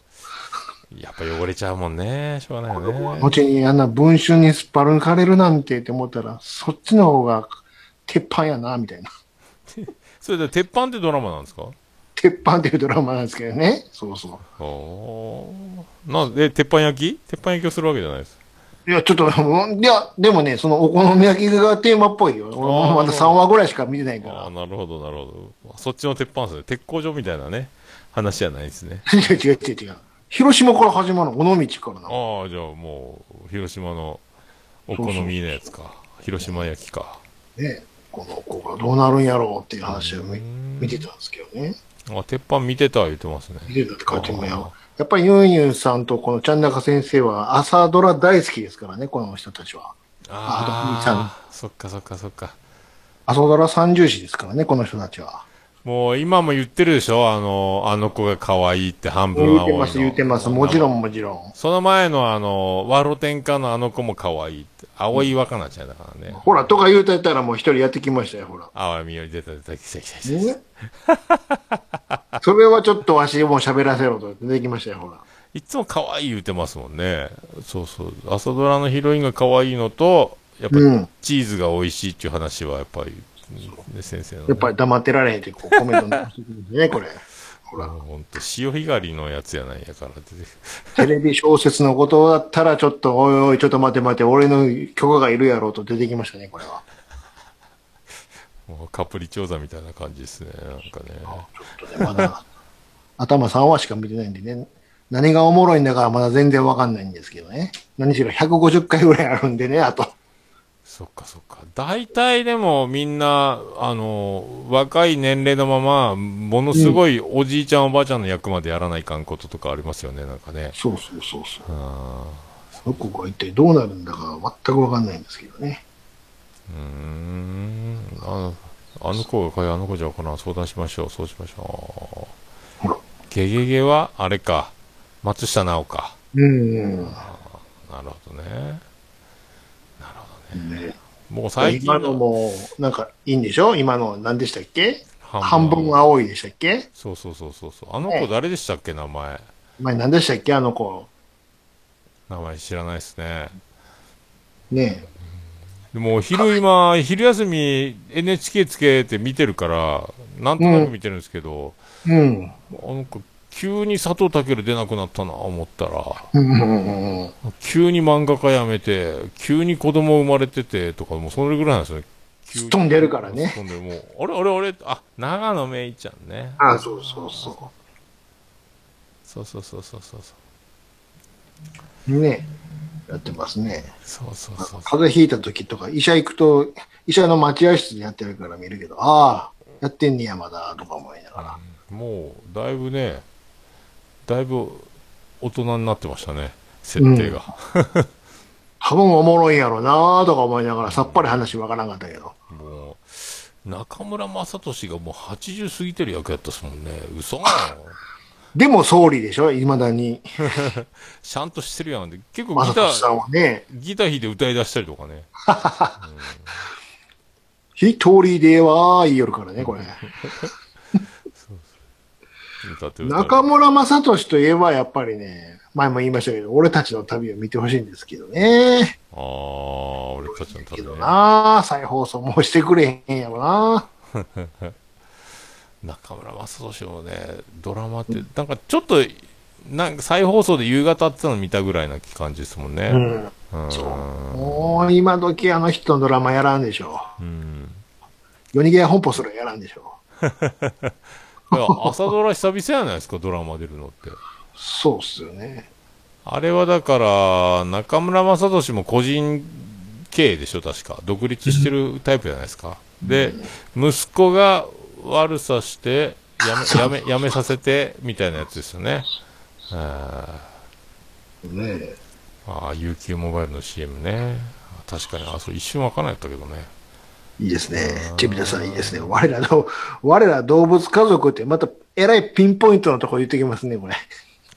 [SPEAKER 1] やっぱ汚れちゃうもんね。しょうがないよね。
[SPEAKER 2] 後にあんな文春にすっぱ抜かれるなんてって思ったら、そっちの方が鉄板やな、みたいな。
[SPEAKER 1] それで、鉄板ってドラマなんですか
[SPEAKER 2] 鉄板っていうドラマなんですけどね。そうそ
[SPEAKER 1] おーなんで、鉄板焼き鉄板焼きをするわけじゃないです。
[SPEAKER 2] う。いや、ちょっと、 うんいや、でもね、そのお好み焼きがテーマっぽいよ。俺もまだ3話ぐらいしか見てないか
[SPEAKER 1] ああ、
[SPEAKER 2] ら。
[SPEAKER 1] なるほど、なるほど。そっちの鉄板ですね。鉄工所みたいなね、話じゃないですね。
[SPEAKER 2] 違う違う違う違う。広島から始まるの、尾道からな。
[SPEAKER 1] ああ、じゃあもう、広島のお好みのやつか。広島焼きか。
[SPEAKER 2] ね。この子がどうなるんやろうっていう話を見
[SPEAKER 1] うん
[SPEAKER 2] 見てたんですけどね。
[SPEAKER 1] あ、鉄板見てた言ってますね。
[SPEAKER 2] 見てたって書いてもや
[SPEAKER 1] あ。
[SPEAKER 2] やっぱりユンユンさんとこのちゃんなか先生は朝ドラ大好きですからね、この人たちは。あと
[SPEAKER 1] ああ、そっかそっかそっか。
[SPEAKER 2] 朝ドラ三重視ですからね、この人たちは。
[SPEAKER 1] もう今も言ってるでしょあの、あの子が可愛いって半分
[SPEAKER 2] 言
[SPEAKER 1] は
[SPEAKER 2] うてます、言うてます。もちろん、もちろん。
[SPEAKER 1] その前のあの、ワロ天下のあの子も可愛いって。青い若菜ちゃんだからね。
[SPEAKER 2] ほら、とか言うてたらもう一人やってきましたよ、ほら。
[SPEAKER 1] ああ、みより出た出た、来た来た来た。
[SPEAKER 2] ね それはちょっとわしも喋らせろと出てきましたよ、ほら。
[SPEAKER 1] いつも可愛い言うてますもんね。そうそう。朝ドラのヒロインが可愛いのと、やっぱ
[SPEAKER 2] うん
[SPEAKER 1] りチーズが美味しいっていう話はやっぱり、ね、先生の、ね。
[SPEAKER 2] やっぱり黙ってられへんってこうコメント残してくるんですね、これ。ほら、
[SPEAKER 1] ほんと、潮干狩りのやつやないやから出てくる。
[SPEAKER 2] テレビ小説のことだったらちょっと、おいおい、ちょっと待て待て、俺の許可がいるやろうと出てきましたね、これは。
[SPEAKER 1] もうカプリ調査みたいな感じですね。なんかね。
[SPEAKER 2] ちょっとね、まだ、 頭3話しか見てないんでね、何がおもろいんだかまだ全然わかんないんですけどね。何しろ150回ぐらいあるんでね、あと。
[SPEAKER 1] そっかそっか。大体でもみんな、あの、若い年齢のまま、ものすごいおじいちゃんおばあちゃんの役までやらないかんこととかありますよね、なんかね。
[SPEAKER 2] そうそうそうそう。
[SPEAKER 1] あー
[SPEAKER 2] そこが一体どうなるんだか全くわかんないんですけどね。
[SPEAKER 1] うーんああの子がかいあの子じゃかな相談しましょうそうしましょ
[SPEAKER 2] ほら。
[SPEAKER 1] うゲゲゲはあれか松下奈緒か
[SPEAKER 2] うん。ね
[SPEAKER 1] なるほどねもう最近
[SPEAKER 2] 今のも、なんかいいんでしょ今の何でしたっけ半
[SPEAKER 1] 半
[SPEAKER 2] 分青いでしたっけ
[SPEAKER 1] そうそうそうそうそうあの子誰でしたっけ名前
[SPEAKER 2] 前何でしたっけあの子。
[SPEAKER 1] 名前知らないですね
[SPEAKER 2] ね
[SPEAKER 1] でも昼今昼休み NHK つけて見てるからなんとなく見てるんですけど、
[SPEAKER 2] え。うん。
[SPEAKER 1] あの子急に佐藤健出なくなったな思ったら
[SPEAKER 2] うんうんうん。
[SPEAKER 1] 急に漫画家辞めて、急に子供生まれててとか、もうそれぐらいなんですよね。急に
[SPEAKER 2] すっ飛んでるからね
[SPEAKER 1] すっ飛んで、もう、あれあれあれ、あ、長野めいちゃんね。
[SPEAKER 2] ああ、そうそうそ。
[SPEAKER 1] そうそうそうそうそう。そう
[SPEAKER 2] ねえ。やってますね。
[SPEAKER 1] うそうそうそう。
[SPEAKER 2] 風邪ひいた時とか、医者行くと、医者の待合室でやってるから見るけど、ああ、やってんねや、まだ、とか思いながら。
[SPEAKER 1] もう、だいぶね、だいぶ大人になってましたね、設定が。
[SPEAKER 2] 多分おもろいんやろなとか思いながら、さっぱり話わからんかったけど。
[SPEAKER 1] もう、中村雅俊がもう80過ぎてる役やったっすもんね。嘘なの
[SPEAKER 2] でも総理でしょ、いまだに。
[SPEAKER 1] ちゃんとしてるやんって。結構
[SPEAKER 2] ま
[SPEAKER 1] ギ
[SPEAKER 2] さ
[SPEAKER 1] タ
[SPEAKER 2] としさ
[SPEAKER 1] ー、
[SPEAKER 2] んはね、
[SPEAKER 1] ギター弾いて歌い出したりとかね。
[SPEAKER 2] 一人では言いよるからね、これ。
[SPEAKER 1] 歌って歌って
[SPEAKER 2] 中村雅俊といえば、やっぱりね、前も言いましたけど、俺たちの旅を見てほしいんですけどね。
[SPEAKER 1] ああ、俺たちの
[SPEAKER 2] け
[SPEAKER 1] 旅
[SPEAKER 2] ど
[SPEAKER 1] ね。
[SPEAKER 2] な再放送もうしてくれへんやろな
[SPEAKER 1] 中村雅俊のね、ドラマって、なんかちょっと、なんか再放送で夕方っての見たぐらいな感じですもんね。
[SPEAKER 2] うん。
[SPEAKER 1] うん。
[SPEAKER 2] もう今時あの人のドラマやらんでしょ。
[SPEAKER 1] うん。
[SPEAKER 2] 夜逃げ本舗すらやらんでしょ。
[SPEAKER 1] だから朝ドラ久々じゃないですか、ドラマ出るのって。
[SPEAKER 2] そうっすよね。
[SPEAKER 1] あれはだから、中村雅俊も個人経営でしょ、確か。独立してるタイプじゃないですか。で、息子が悪さして、やめ、やめ、やめさせて、みたいなやつですよね。あー
[SPEAKER 2] ねえ
[SPEAKER 1] ああ、UQ モバイルの CM ね。確かに、あ、それ一瞬わからなかったけどね。
[SPEAKER 2] いいですね。チェビタさんいいですね。我らの、我ら動物家族ってまたえらいピンポイントのとこ言ってきますね、これ。
[SPEAKER 1] へ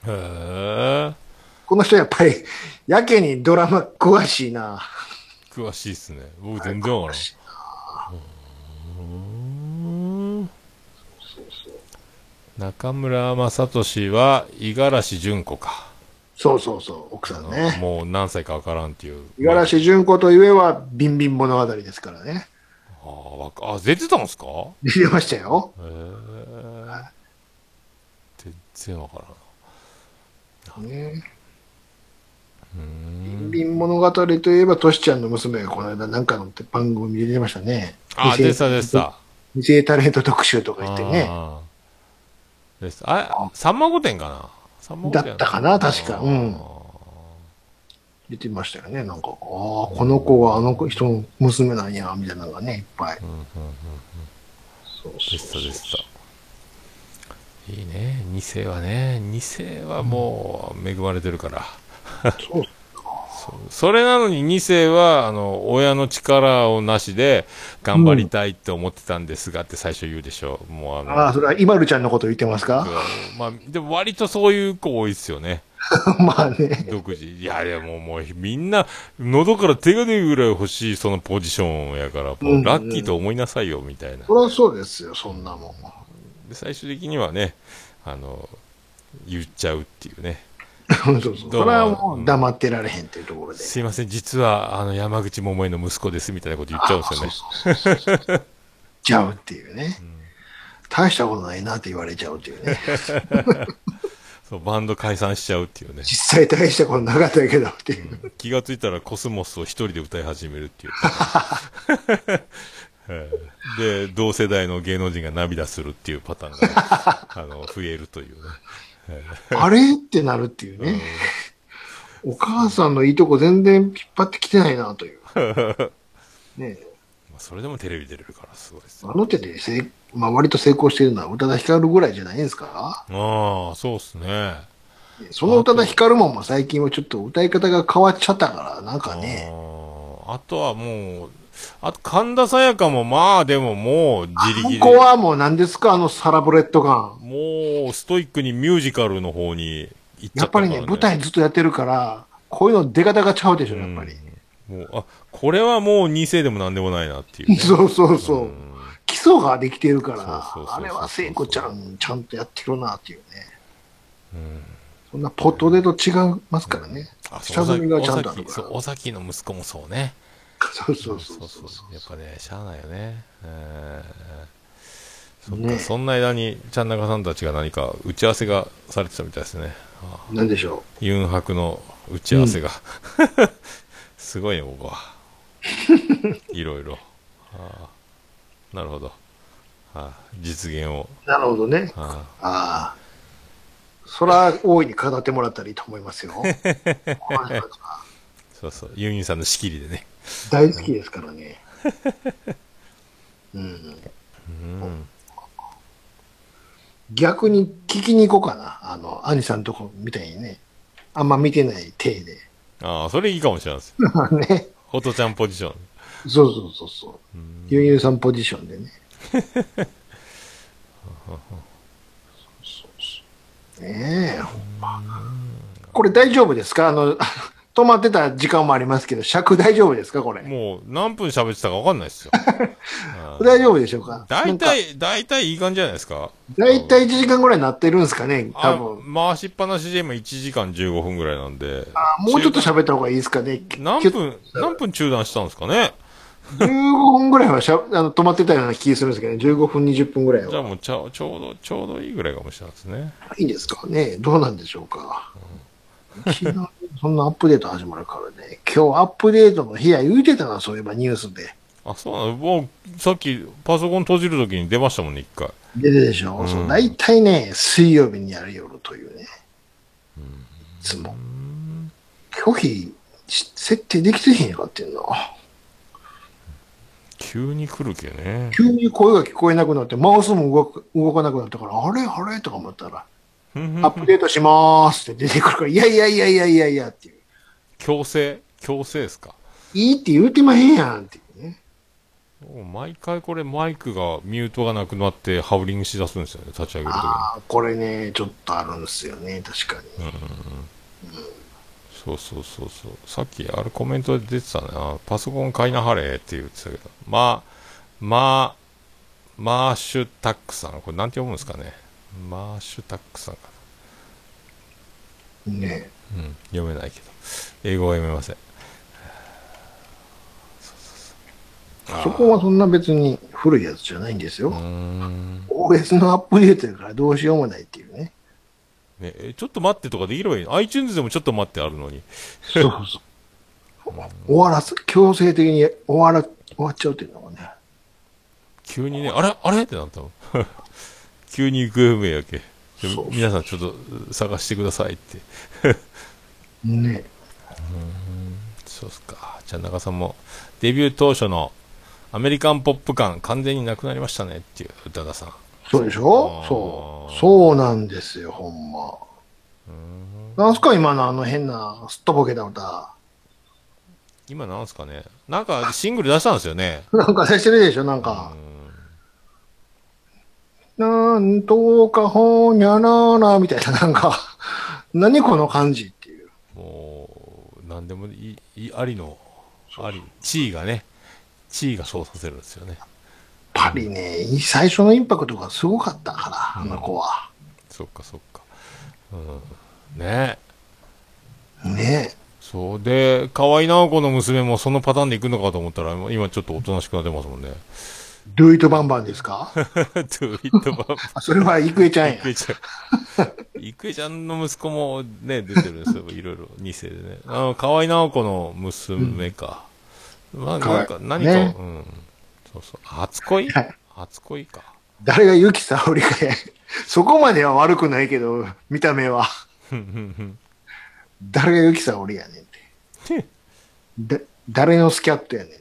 [SPEAKER 1] え、
[SPEAKER 2] この人やっぱり、やけにドラマ詳しいな。
[SPEAKER 1] 詳しいっすね。僕全然わからん。うーん中村雅俊は五十嵐純子か、
[SPEAKER 2] そうそうそう、奥さんね。
[SPEAKER 1] もう何歳かわからんっていう
[SPEAKER 2] 五十嵐純子といえば、ビンビン物語ですからね。
[SPEAKER 1] あーわかあ出てたんすか
[SPEAKER 2] 出てましたよ。
[SPEAKER 1] へえ全然わからん
[SPEAKER 2] ねビンビン物語といえば、トシちゃんの娘がこの間なんかの番組出てましたね。
[SPEAKER 1] あ
[SPEAKER 2] 未
[SPEAKER 1] 出
[SPEAKER 2] 成
[SPEAKER 1] てた出てた
[SPEAKER 2] 未成タレント特集とか言ってね。
[SPEAKER 1] あーですあさんま御殿かなさんま御殿
[SPEAKER 2] だったかな確かうん出てましたよね。なんか、ああ、この子はあの人の娘なんや、みたいなのがね、いっぱい。そう
[SPEAKER 1] で
[SPEAKER 2] そう
[SPEAKER 1] したでしたいいね2世はね2世はもう恵まれてるから、
[SPEAKER 2] そう。
[SPEAKER 1] それなのに2世はあの親の力をなしで頑張りたいって思ってたんですがって最初言うでしょもうあの
[SPEAKER 2] ああ、それは、イマルちゃんのこと言ってますか
[SPEAKER 1] まあ、でも割とそういう子多いですよね
[SPEAKER 2] まあね。
[SPEAKER 1] 独自いやいやもうもうみんな喉から手が出るぐらい欲しいそのポジションやからも
[SPEAKER 2] うんう
[SPEAKER 1] うんラッキーと思いなさいよみたいな
[SPEAKER 2] そりゃそうですよ、そんなもん。
[SPEAKER 1] で最終的にはねあの言っちゃうっていうね
[SPEAKER 2] そうそう。それはもう黙ってられへんっていうところで。
[SPEAKER 1] すいません、実はあの山口百恵の息子ですみたいなこと言っちゃうんですよね。
[SPEAKER 2] そう そうそうそうちゃうっていうね。大したことないなって言われちゃうって いうね。
[SPEAKER 1] そうバンド解散しちゃうっていうね。
[SPEAKER 2] 実際大したことなかったけどっていう。
[SPEAKER 1] 気がついたらコスモスを一人で歌い始めるっていう。 はいで、同世代の芸能人が涙するっていうパターン が、あの、増えるというね。
[SPEAKER 2] あれってなるっていうね。お母さんのいいとこ全然引っ張ってきてないなと いう。ねえ
[SPEAKER 1] まあそれでもテレビ出れるからすごいですね。
[SPEAKER 2] あの手でせい、まあ、割と成功してるのは宇多田ヒカルぐらいじゃないですか
[SPEAKER 1] ああ、そうっすね。
[SPEAKER 2] その宇多田ヒカルもまあ最近はちょっと歌い方が変わっちゃったから、なんかね。
[SPEAKER 1] あーあとはもう、あと神田沙也加もまあでももう自力
[SPEAKER 2] こ
[SPEAKER 1] で。
[SPEAKER 2] こはもう何ですかあのサラブレッドガン。
[SPEAKER 1] もうストイックにミュージカルの方に行っちゃ
[SPEAKER 2] や
[SPEAKER 1] っ
[SPEAKER 2] った
[SPEAKER 1] か
[SPEAKER 2] ぱ
[SPEAKER 1] ら、
[SPEAKER 2] り
[SPEAKER 1] ね、
[SPEAKER 2] ね、舞台ずっとやってるから、こういうの出方がちゃうでしょ、やっぱり。
[SPEAKER 1] うんもうあこれはもう2世でもなんでもないなっていう、ね、
[SPEAKER 2] そうそうそう。
[SPEAKER 1] ん
[SPEAKER 2] 基礎ができてるか
[SPEAKER 1] そうそうそうそ
[SPEAKER 2] ら、
[SPEAKER 1] う
[SPEAKER 2] あれは聖子ちゃん、ちゃんとやってるなっていうね。そんなポットでと違いますからね。
[SPEAKER 1] あそう
[SPEAKER 2] 下積みがちゃんとあ
[SPEAKER 1] 尾
[SPEAKER 2] る
[SPEAKER 1] 崎
[SPEAKER 2] か
[SPEAKER 1] そう
[SPEAKER 2] ら。
[SPEAKER 1] 尾崎の息子もそうね
[SPEAKER 2] そうそうそうそうそう。
[SPEAKER 1] やっぱねしゃあないよねえーそっか、
[SPEAKER 2] ね
[SPEAKER 1] そんな間にちゃんなかさんたちが何か打ち合わせがされてたみたいですねあ
[SPEAKER 2] なんでしょ
[SPEAKER 1] ユンハクの打ち合わせが、すごいね僕は いろいろああなるほどああ実現を
[SPEAKER 2] う。なるほどね。
[SPEAKER 1] あ
[SPEAKER 2] ああ。そら、大いに語ってもらったらいいと思います よ。この人たちは
[SPEAKER 1] あそうそうユンユンさんの仕切りでね
[SPEAKER 2] 大好きですからね。うん。
[SPEAKER 1] うん
[SPEAKER 2] 逆に聞きに行こうかな。あの、兄さんとこみたいにね。あんま見てない体で。
[SPEAKER 1] ああそれいいかもしれないです
[SPEAKER 2] ね。
[SPEAKER 1] ホトちゃんポジション
[SPEAKER 2] そうそうそうそう。ユンユンさんポジションでね。そうそうそうねえ、ほんま。これ大丈夫ですかあの、 止まってた時間もありますけど、尺大丈夫ですかこれ。
[SPEAKER 1] もう何分喋ってたか分かんないですよ
[SPEAKER 2] 大丈夫でしょうか
[SPEAKER 1] 大
[SPEAKER 2] なんか
[SPEAKER 1] 体大体いい感じじゃないですか
[SPEAKER 2] 大体1時間ぐらいなってるんですかね多
[SPEAKER 1] あ
[SPEAKER 2] 分。
[SPEAKER 1] 回しっぱなしで今1時間15分ぐらいなんで
[SPEAKER 2] あもうちょっと喋った方がいいですかね
[SPEAKER 1] 何分何分中断したんですかね
[SPEAKER 2] ?15 分ぐらいはしゃあの止まってたような気がするんですけどね。15分、20分ぐらい
[SPEAKER 1] じゃあ
[SPEAKER 2] は。
[SPEAKER 1] もうちょちょうどちょうどいいぐらいかもしれないですね
[SPEAKER 2] いいんですかねどうなんでしょうか、いきなりそんなアップデート始まるからね。今日アップデートの日や言うてたな、そういえばニュースで。
[SPEAKER 1] あ、そうなのもう、さっき、パソコン閉じるときに出ましたもんね、一回。
[SPEAKER 2] 出てでしょ、うそう大体ね、水曜日にやる夜というね。いつも。拒否し設定できてへんやかっていうの。
[SPEAKER 1] 急に来るけね。
[SPEAKER 2] 急に声が聞こえなくなって、マウスも動く動かなくなったから、あれあれとか思ったら、アップデートしまーすって出てくるから、いやいやいやいやいやいやっていう。
[SPEAKER 1] 強制強制ですか
[SPEAKER 2] いいって言うてまへんやんっていうね。
[SPEAKER 1] もう毎回これマイクが、ミュートがなくなってハウリングしだすんですよね、立ち上げるときに。
[SPEAKER 2] ああ、これね、ちょっとあるんですよね、確かに。
[SPEAKER 1] そうそうそうそう。さっきあれコメントで出てたね。あパソコン買いなはれって言ってたけど。まあ、まあ、マーシュタックさん。これなんて読むんですかね。マーシュタックさんか
[SPEAKER 2] ね
[SPEAKER 1] な。うん。読めないけど。英語は読めません。あー
[SPEAKER 2] そこはそんな別に古いやつじゃないんですよ。
[SPEAKER 1] うーん。
[SPEAKER 2] OS のアップデートやからどうしようもないっていうね。
[SPEAKER 1] ね、えちょっと待ってとかできればいいの ?iTunes でもちょっと待ってあるのに。
[SPEAKER 2] そうそう。 終わらす、強制的に終わら、終わっちゃうっていうのがね。
[SPEAKER 1] 急にね、あれあれってなったの。 急に行方不明やけ。で
[SPEAKER 2] そうそう
[SPEAKER 1] 皆さんちょっと探してくださいって。
[SPEAKER 2] ね
[SPEAKER 1] そうっすか。じゃあ中さんも、デビュー当初のアメリカンポップ感完全になくなりましたねっていう宇多田さん。
[SPEAKER 2] そうでしょ
[SPEAKER 1] あー
[SPEAKER 2] そう。そうなんですよ、ほんま。なんすか今のあの変なすっとぼけた歌。
[SPEAKER 1] 今なんすかね。なんかシングル出したんですよね。
[SPEAKER 2] なんか出してるでしょなんか。なんとかほにゃららみたいな、なんか、何この感じっていう。
[SPEAKER 1] もう、なんでもいい、いありの、あり、地位がね、地位がそうさせるんですよね。
[SPEAKER 2] やっぱりね、最初のインパクトがすごかったから、あの子は。
[SPEAKER 1] そっかそっか。うん。ね
[SPEAKER 2] ね
[SPEAKER 1] そう。で、河合直子の娘もそのパターンで行くのかと思ったら、今ちょっとおとなしくなってますもん ね。
[SPEAKER 2] ドゥイトバンバンです か
[SPEAKER 1] トゥイットバン
[SPEAKER 2] あそれは郁恵ちゃんや。
[SPEAKER 1] 郁恵ちゃん。 郁恵ちゃんの息子もね、出てるんですよ。いろいろ、2世でね。あの、河合直子の娘か。まあ、なんか、
[SPEAKER 2] 河合
[SPEAKER 1] 何か、
[SPEAKER 2] ね
[SPEAKER 1] うん。そうそう。初恋
[SPEAKER 2] はい
[SPEAKER 1] 初恋か。
[SPEAKER 2] 誰がユキサオリかや。そこまでは悪くないけど、見た目は。誰がユキサオリやねん
[SPEAKER 1] で
[SPEAKER 2] て。だ誰のスキャットやねんと。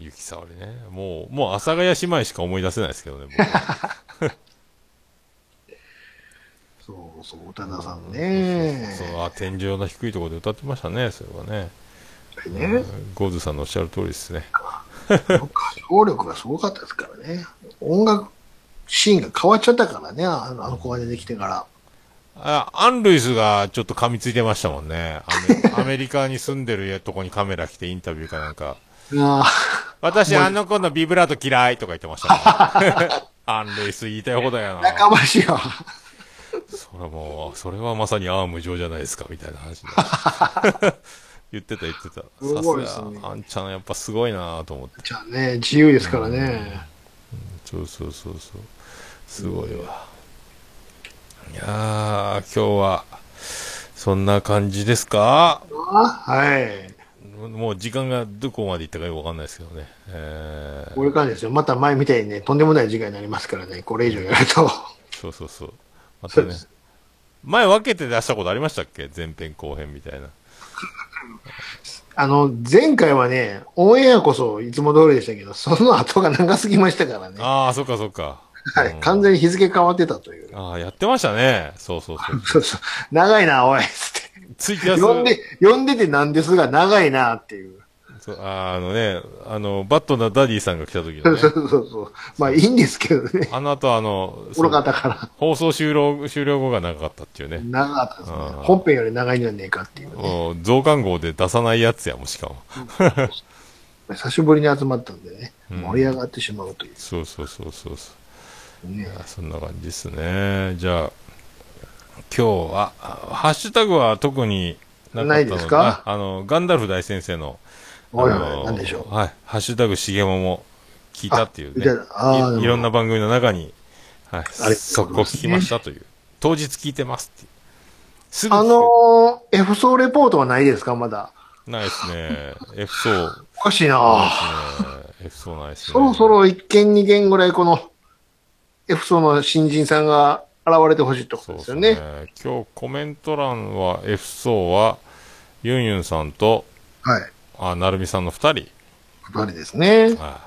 [SPEAKER 1] ゆきさおりね。もう、もう、阿佐ヶ谷姉妹しか思い出せないですけどね、僕は
[SPEAKER 2] そうそう、宇多田さんね。
[SPEAKER 1] そう、あ、天井の低いところで歌ってましたね、それはね。
[SPEAKER 2] ね。
[SPEAKER 1] ゴーズさんのおっしゃる通りですね。
[SPEAKER 2] 歌唱力がすごかったですからね。音楽シーンが変わっちゃったからね、あのあの子が出てきてから。
[SPEAKER 1] あアン・ルイスがちょっと噛みついてましたもんね。アメ アメリカに住んでるとこにカメラ来てインタビューかなんか。
[SPEAKER 2] あ
[SPEAKER 1] 私、あの子のビブラート嫌いとか言ってました ね。アン・ルイス言いたいほどや
[SPEAKER 2] あ、
[SPEAKER 1] な。
[SPEAKER 2] 仲間しよ。
[SPEAKER 1] それはもう、それはまさにアーム上じゃないですか、みたいな話で。 言ってた言ってた。
[SPEAKER 2] す
[SPEAKER 1] さ
[SPEAKER 2] ごいですね
[SPEAKER 1] すが、あんちゃんやっぱすごいなと思って。
[SPEAKER 2] じゃあね、自由ですからね。
[SPEAKER 1] そうそうそうそう。すごいわ。いやー、今日は、そんな感じですか
[SPEAKER 2] あはい。
[SPEAKER 1] もう時間がどこまでいったかよくわかんないですけどね。えー
[SPEAKER 2] これからですよ。また前みたいにね、とんでもない時間になりますからね、これ以上やると。
[SPEAKER 1] そうそうそう。また
[SPEAKER 2] そうで
[SPEAKER 1] ね
[SPEAKER 2] す。
[SPEAKER 1] 前分けて出したことありましたっけ前編後編みたいな。
[SPEAKER 2] あの、前回はね、オンエアこそいつも通りでしたけど、その後が長すぎましたからね。
[SPEAKER 1] ああ、そっかそっか。
[SPEAKER 2] はい。完全に日付変わってたという。
[SPEAKER 1] ああ、やってましたね。そうそうそう。
[SPEAKER 2] そうそう。長いな、おい、つって。
[SPEAKER 1] ツイキャス。
[SPEAKER 2] 呼んで、呼んでてなんですが、長いな、っていう。
[SPEAKER 1] そうあーあのね、あの、バットなダディさんが来た時
[SPEAKER 2] そ
[SPEAKER 1] の
[SPEAKER 2] うそ
[SPEAKER 1] ね。
[SPEAKER 2] うそうそう。まあ、いいんですけどね。
[SPEAKER 1] あの後あの、そう
[SPEAKER 2] 愚かったから。
[SPEAKER 1] 放送終了、終了後が長かったっていうね。
[SPEAKER 2] 長かったですね
[SPEAKER 1] うん。
[SPEAKER 2] 本編より長いんじゃねえかっていうね。
[SPEAKER 1] もう増刊号で出さないやつやもん、しかも。
[SPEAKER 2] 久しぶりに集まったんでね、
[SPEAKER 1] ん
[SPEAKER 2] 盛り上がってしまうとい
[SPEAKER 1] そうそうそうそうそう。
[SPEAKER 2] うね。
[SPEAKER 1] あそんな感じですね。じゃあ、今日は、あハッシュタグは特になかったの
[SPEAKER 2] ないですか
[SPEAKER 1] ああの、ガンダルフ大先生の、
[SPEAKER 2] おいお
[SPEAKER 1] あの
[SPEAKER 2] い、なんでしょう。
[SPEAKER 1] はい、ハッシュタグしげもも聞いたっていう
[SPEAKER 2] あじゃ
[SPEAKER 1] ね
[SPEAKER 2] ああーなるほど
[SPEAKER 1] い、いろんな番組の中に、はい、
[SPEAKER 2] あれ
[SPEAKER 1] 速攻聞きましたという、当日聞いてますっていう。すぐ聞
[SPEAKER 2] あ
[SPEAKER 1] く
[SPEAKER 2] のー、F 層レポートはないですか、まだ。
[SPEAKER 1] ないですね。F 層、ないですね
[SPEAKER 2] おかしいなぁ。。
[SPEAKER 1] F 層ないですね。
[SPEAKER 2] そろそろ1件2件ぐらいこの F 層の新人さんが現れてほしいってことですよね。
[SPEAKER 1] そうですね今日コメント欄は F 層はユンユンさんと
[SPEAKER 2] はい。
[SPEAKER 1] あなるみさんの2
[SPEAKER 2] 二人ですね
[SPEAKER 1] 人。。は、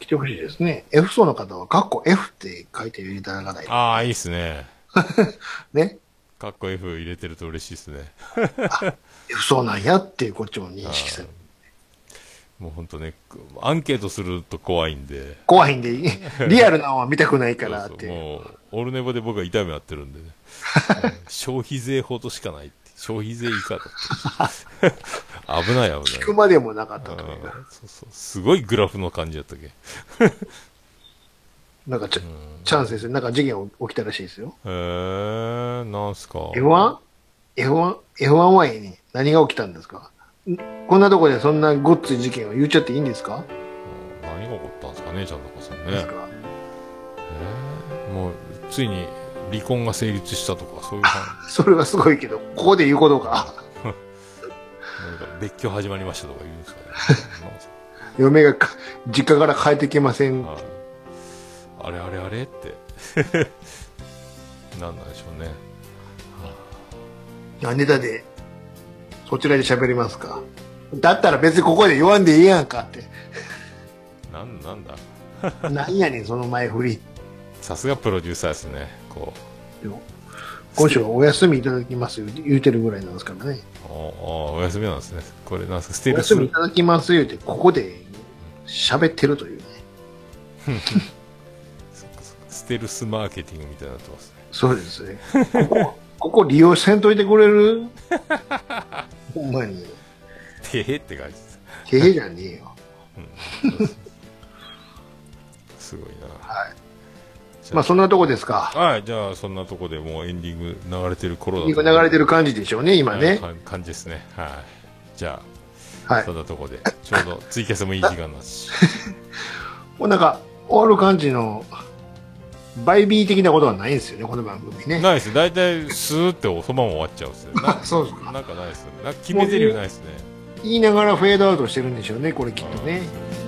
[SPEAKER 2] 来てほしいですね。F 層の方は、カッコ F って書いていただかないい。
[SPEAKER 1] ああ、いいですね。
[SPEAKER 2] ね。
[SPEAKER 1] かっこ F 入れてると嬉しいですね。
[SPEAKER 2] そうなんやっていうこっちも認識する。
[SPEAKER 1] もうほんとね、アンケートすると怖いんで。
[SPEAKER 2] 怖いんでいい、リアルなのは見たくないからっ
[SPEAKER 1] そう
[SPEAKER 2] て
[SPEAKER 1] そう
[SPEAKER 2] いう。
[SPEAKER 1] もう、オルネボで僕は痛い目合ってる んでね。消費税法としかないって。消費税以下だって。危ない危ない
[SPEAKER 2] 聞。くまでもなかったと
[SPEAKER 1] う
[SPEAKER 2] い
[SPEAKER 1] ん
[SPEAKER 2] うか、
[SPEAKER 1] そうそう。すごいグラフの感じだったっけ。
[SPEAKER 2] なんかちゃ、チャンス先生、なんか事件起きたらしいですよ。
[SPEAKER 1] えー、なんすか。
[SPEAKER 2] F1?F1?F1 はええね何が起きたんですかんこんなとこでそんなごっつい事件を言っちゃっていいんですか
[SPEAKER 1] うん何が起こったんですかね、ちゃんとこさん
[SPEAKER 2] です
[SPEAKER 1] ね。
[SPEAKER 2] か
[SPEAKER 1] もう、ついに離婚が成立したとか、そういう感
[SPEAKER 2] それはすごいけど、ここで言うことか。
[SPEAKER 1] じ。なんか別居始まりましたとか言うんです かね。なんですか
[SPEAKER 2] 嫁がか実家から帰ってきません。
[SPEAKER 1] はいあれあれあれって なんなんでしょうね
[SPEAKER 2] なんでだで、そちらで喋りますかだったら別にここで言わんでいいやんか って。
[SPEAKER 1] なんなんだ
[SPEAKER 2] なんやねん、その前振り。
[SPEAKER 1] さすがプロデューサーですねこ
[SPEAKER 2] 今週はお休みいただきます言う言うてるぐらいなんですからね。
[SPEAKER 1] うおおお休みなんですねこれなんすかステ
[SPEAKER 2] お
[SPEAKER 1] ル
[SPEAKER 2] 休
[SPEAKER 1] ス
[SPEAKER 2] みいただきます言うて、ここで喋ってるというね。
[SPEAKER 1] ステルスマーケティングみたいになってますね
[SPEAKER 2] そうですね。ここ、 ここ利用せんといてくれ るほんまに。
[SPEAKER 1] て へって感じです
[SPEAKER 2] へへじゃねえ よ。
[SPEAKER 1] すごいな
[SPEAKER 2] はい。まあそんなとこですか。
[SPEAKER 1] はいじゃあそんなとこでもうエンディング流れてる頃だと
[SPEAKER 2] 流れてる感じでしょうね、今ね。
[SPEAKER 1] はい感じですねはいじゃ
[SPEAKER 2] は
[SPEAKER 1] あ
[SPEAKER 2] い
[SPEAKER 1] そ。んなとこでちょうどツイキャスもいい時間だし
[SPEAKER 2] もうなんか、終わる感じの、バイビー的なことはないんですよね、この番組 ね。
[SPEAKER 1] ないです大体スーっておそばも終わっちゃうんですよな
[SPEAKER 2] あそうですか。
[SPEAKER 1] なんかないですね。なんか決め台詞ないですね。
[SPEAKER 2] 言いながらフェードアウトしてるんでしょうね、これきっとね。
[SPEAKER 1] う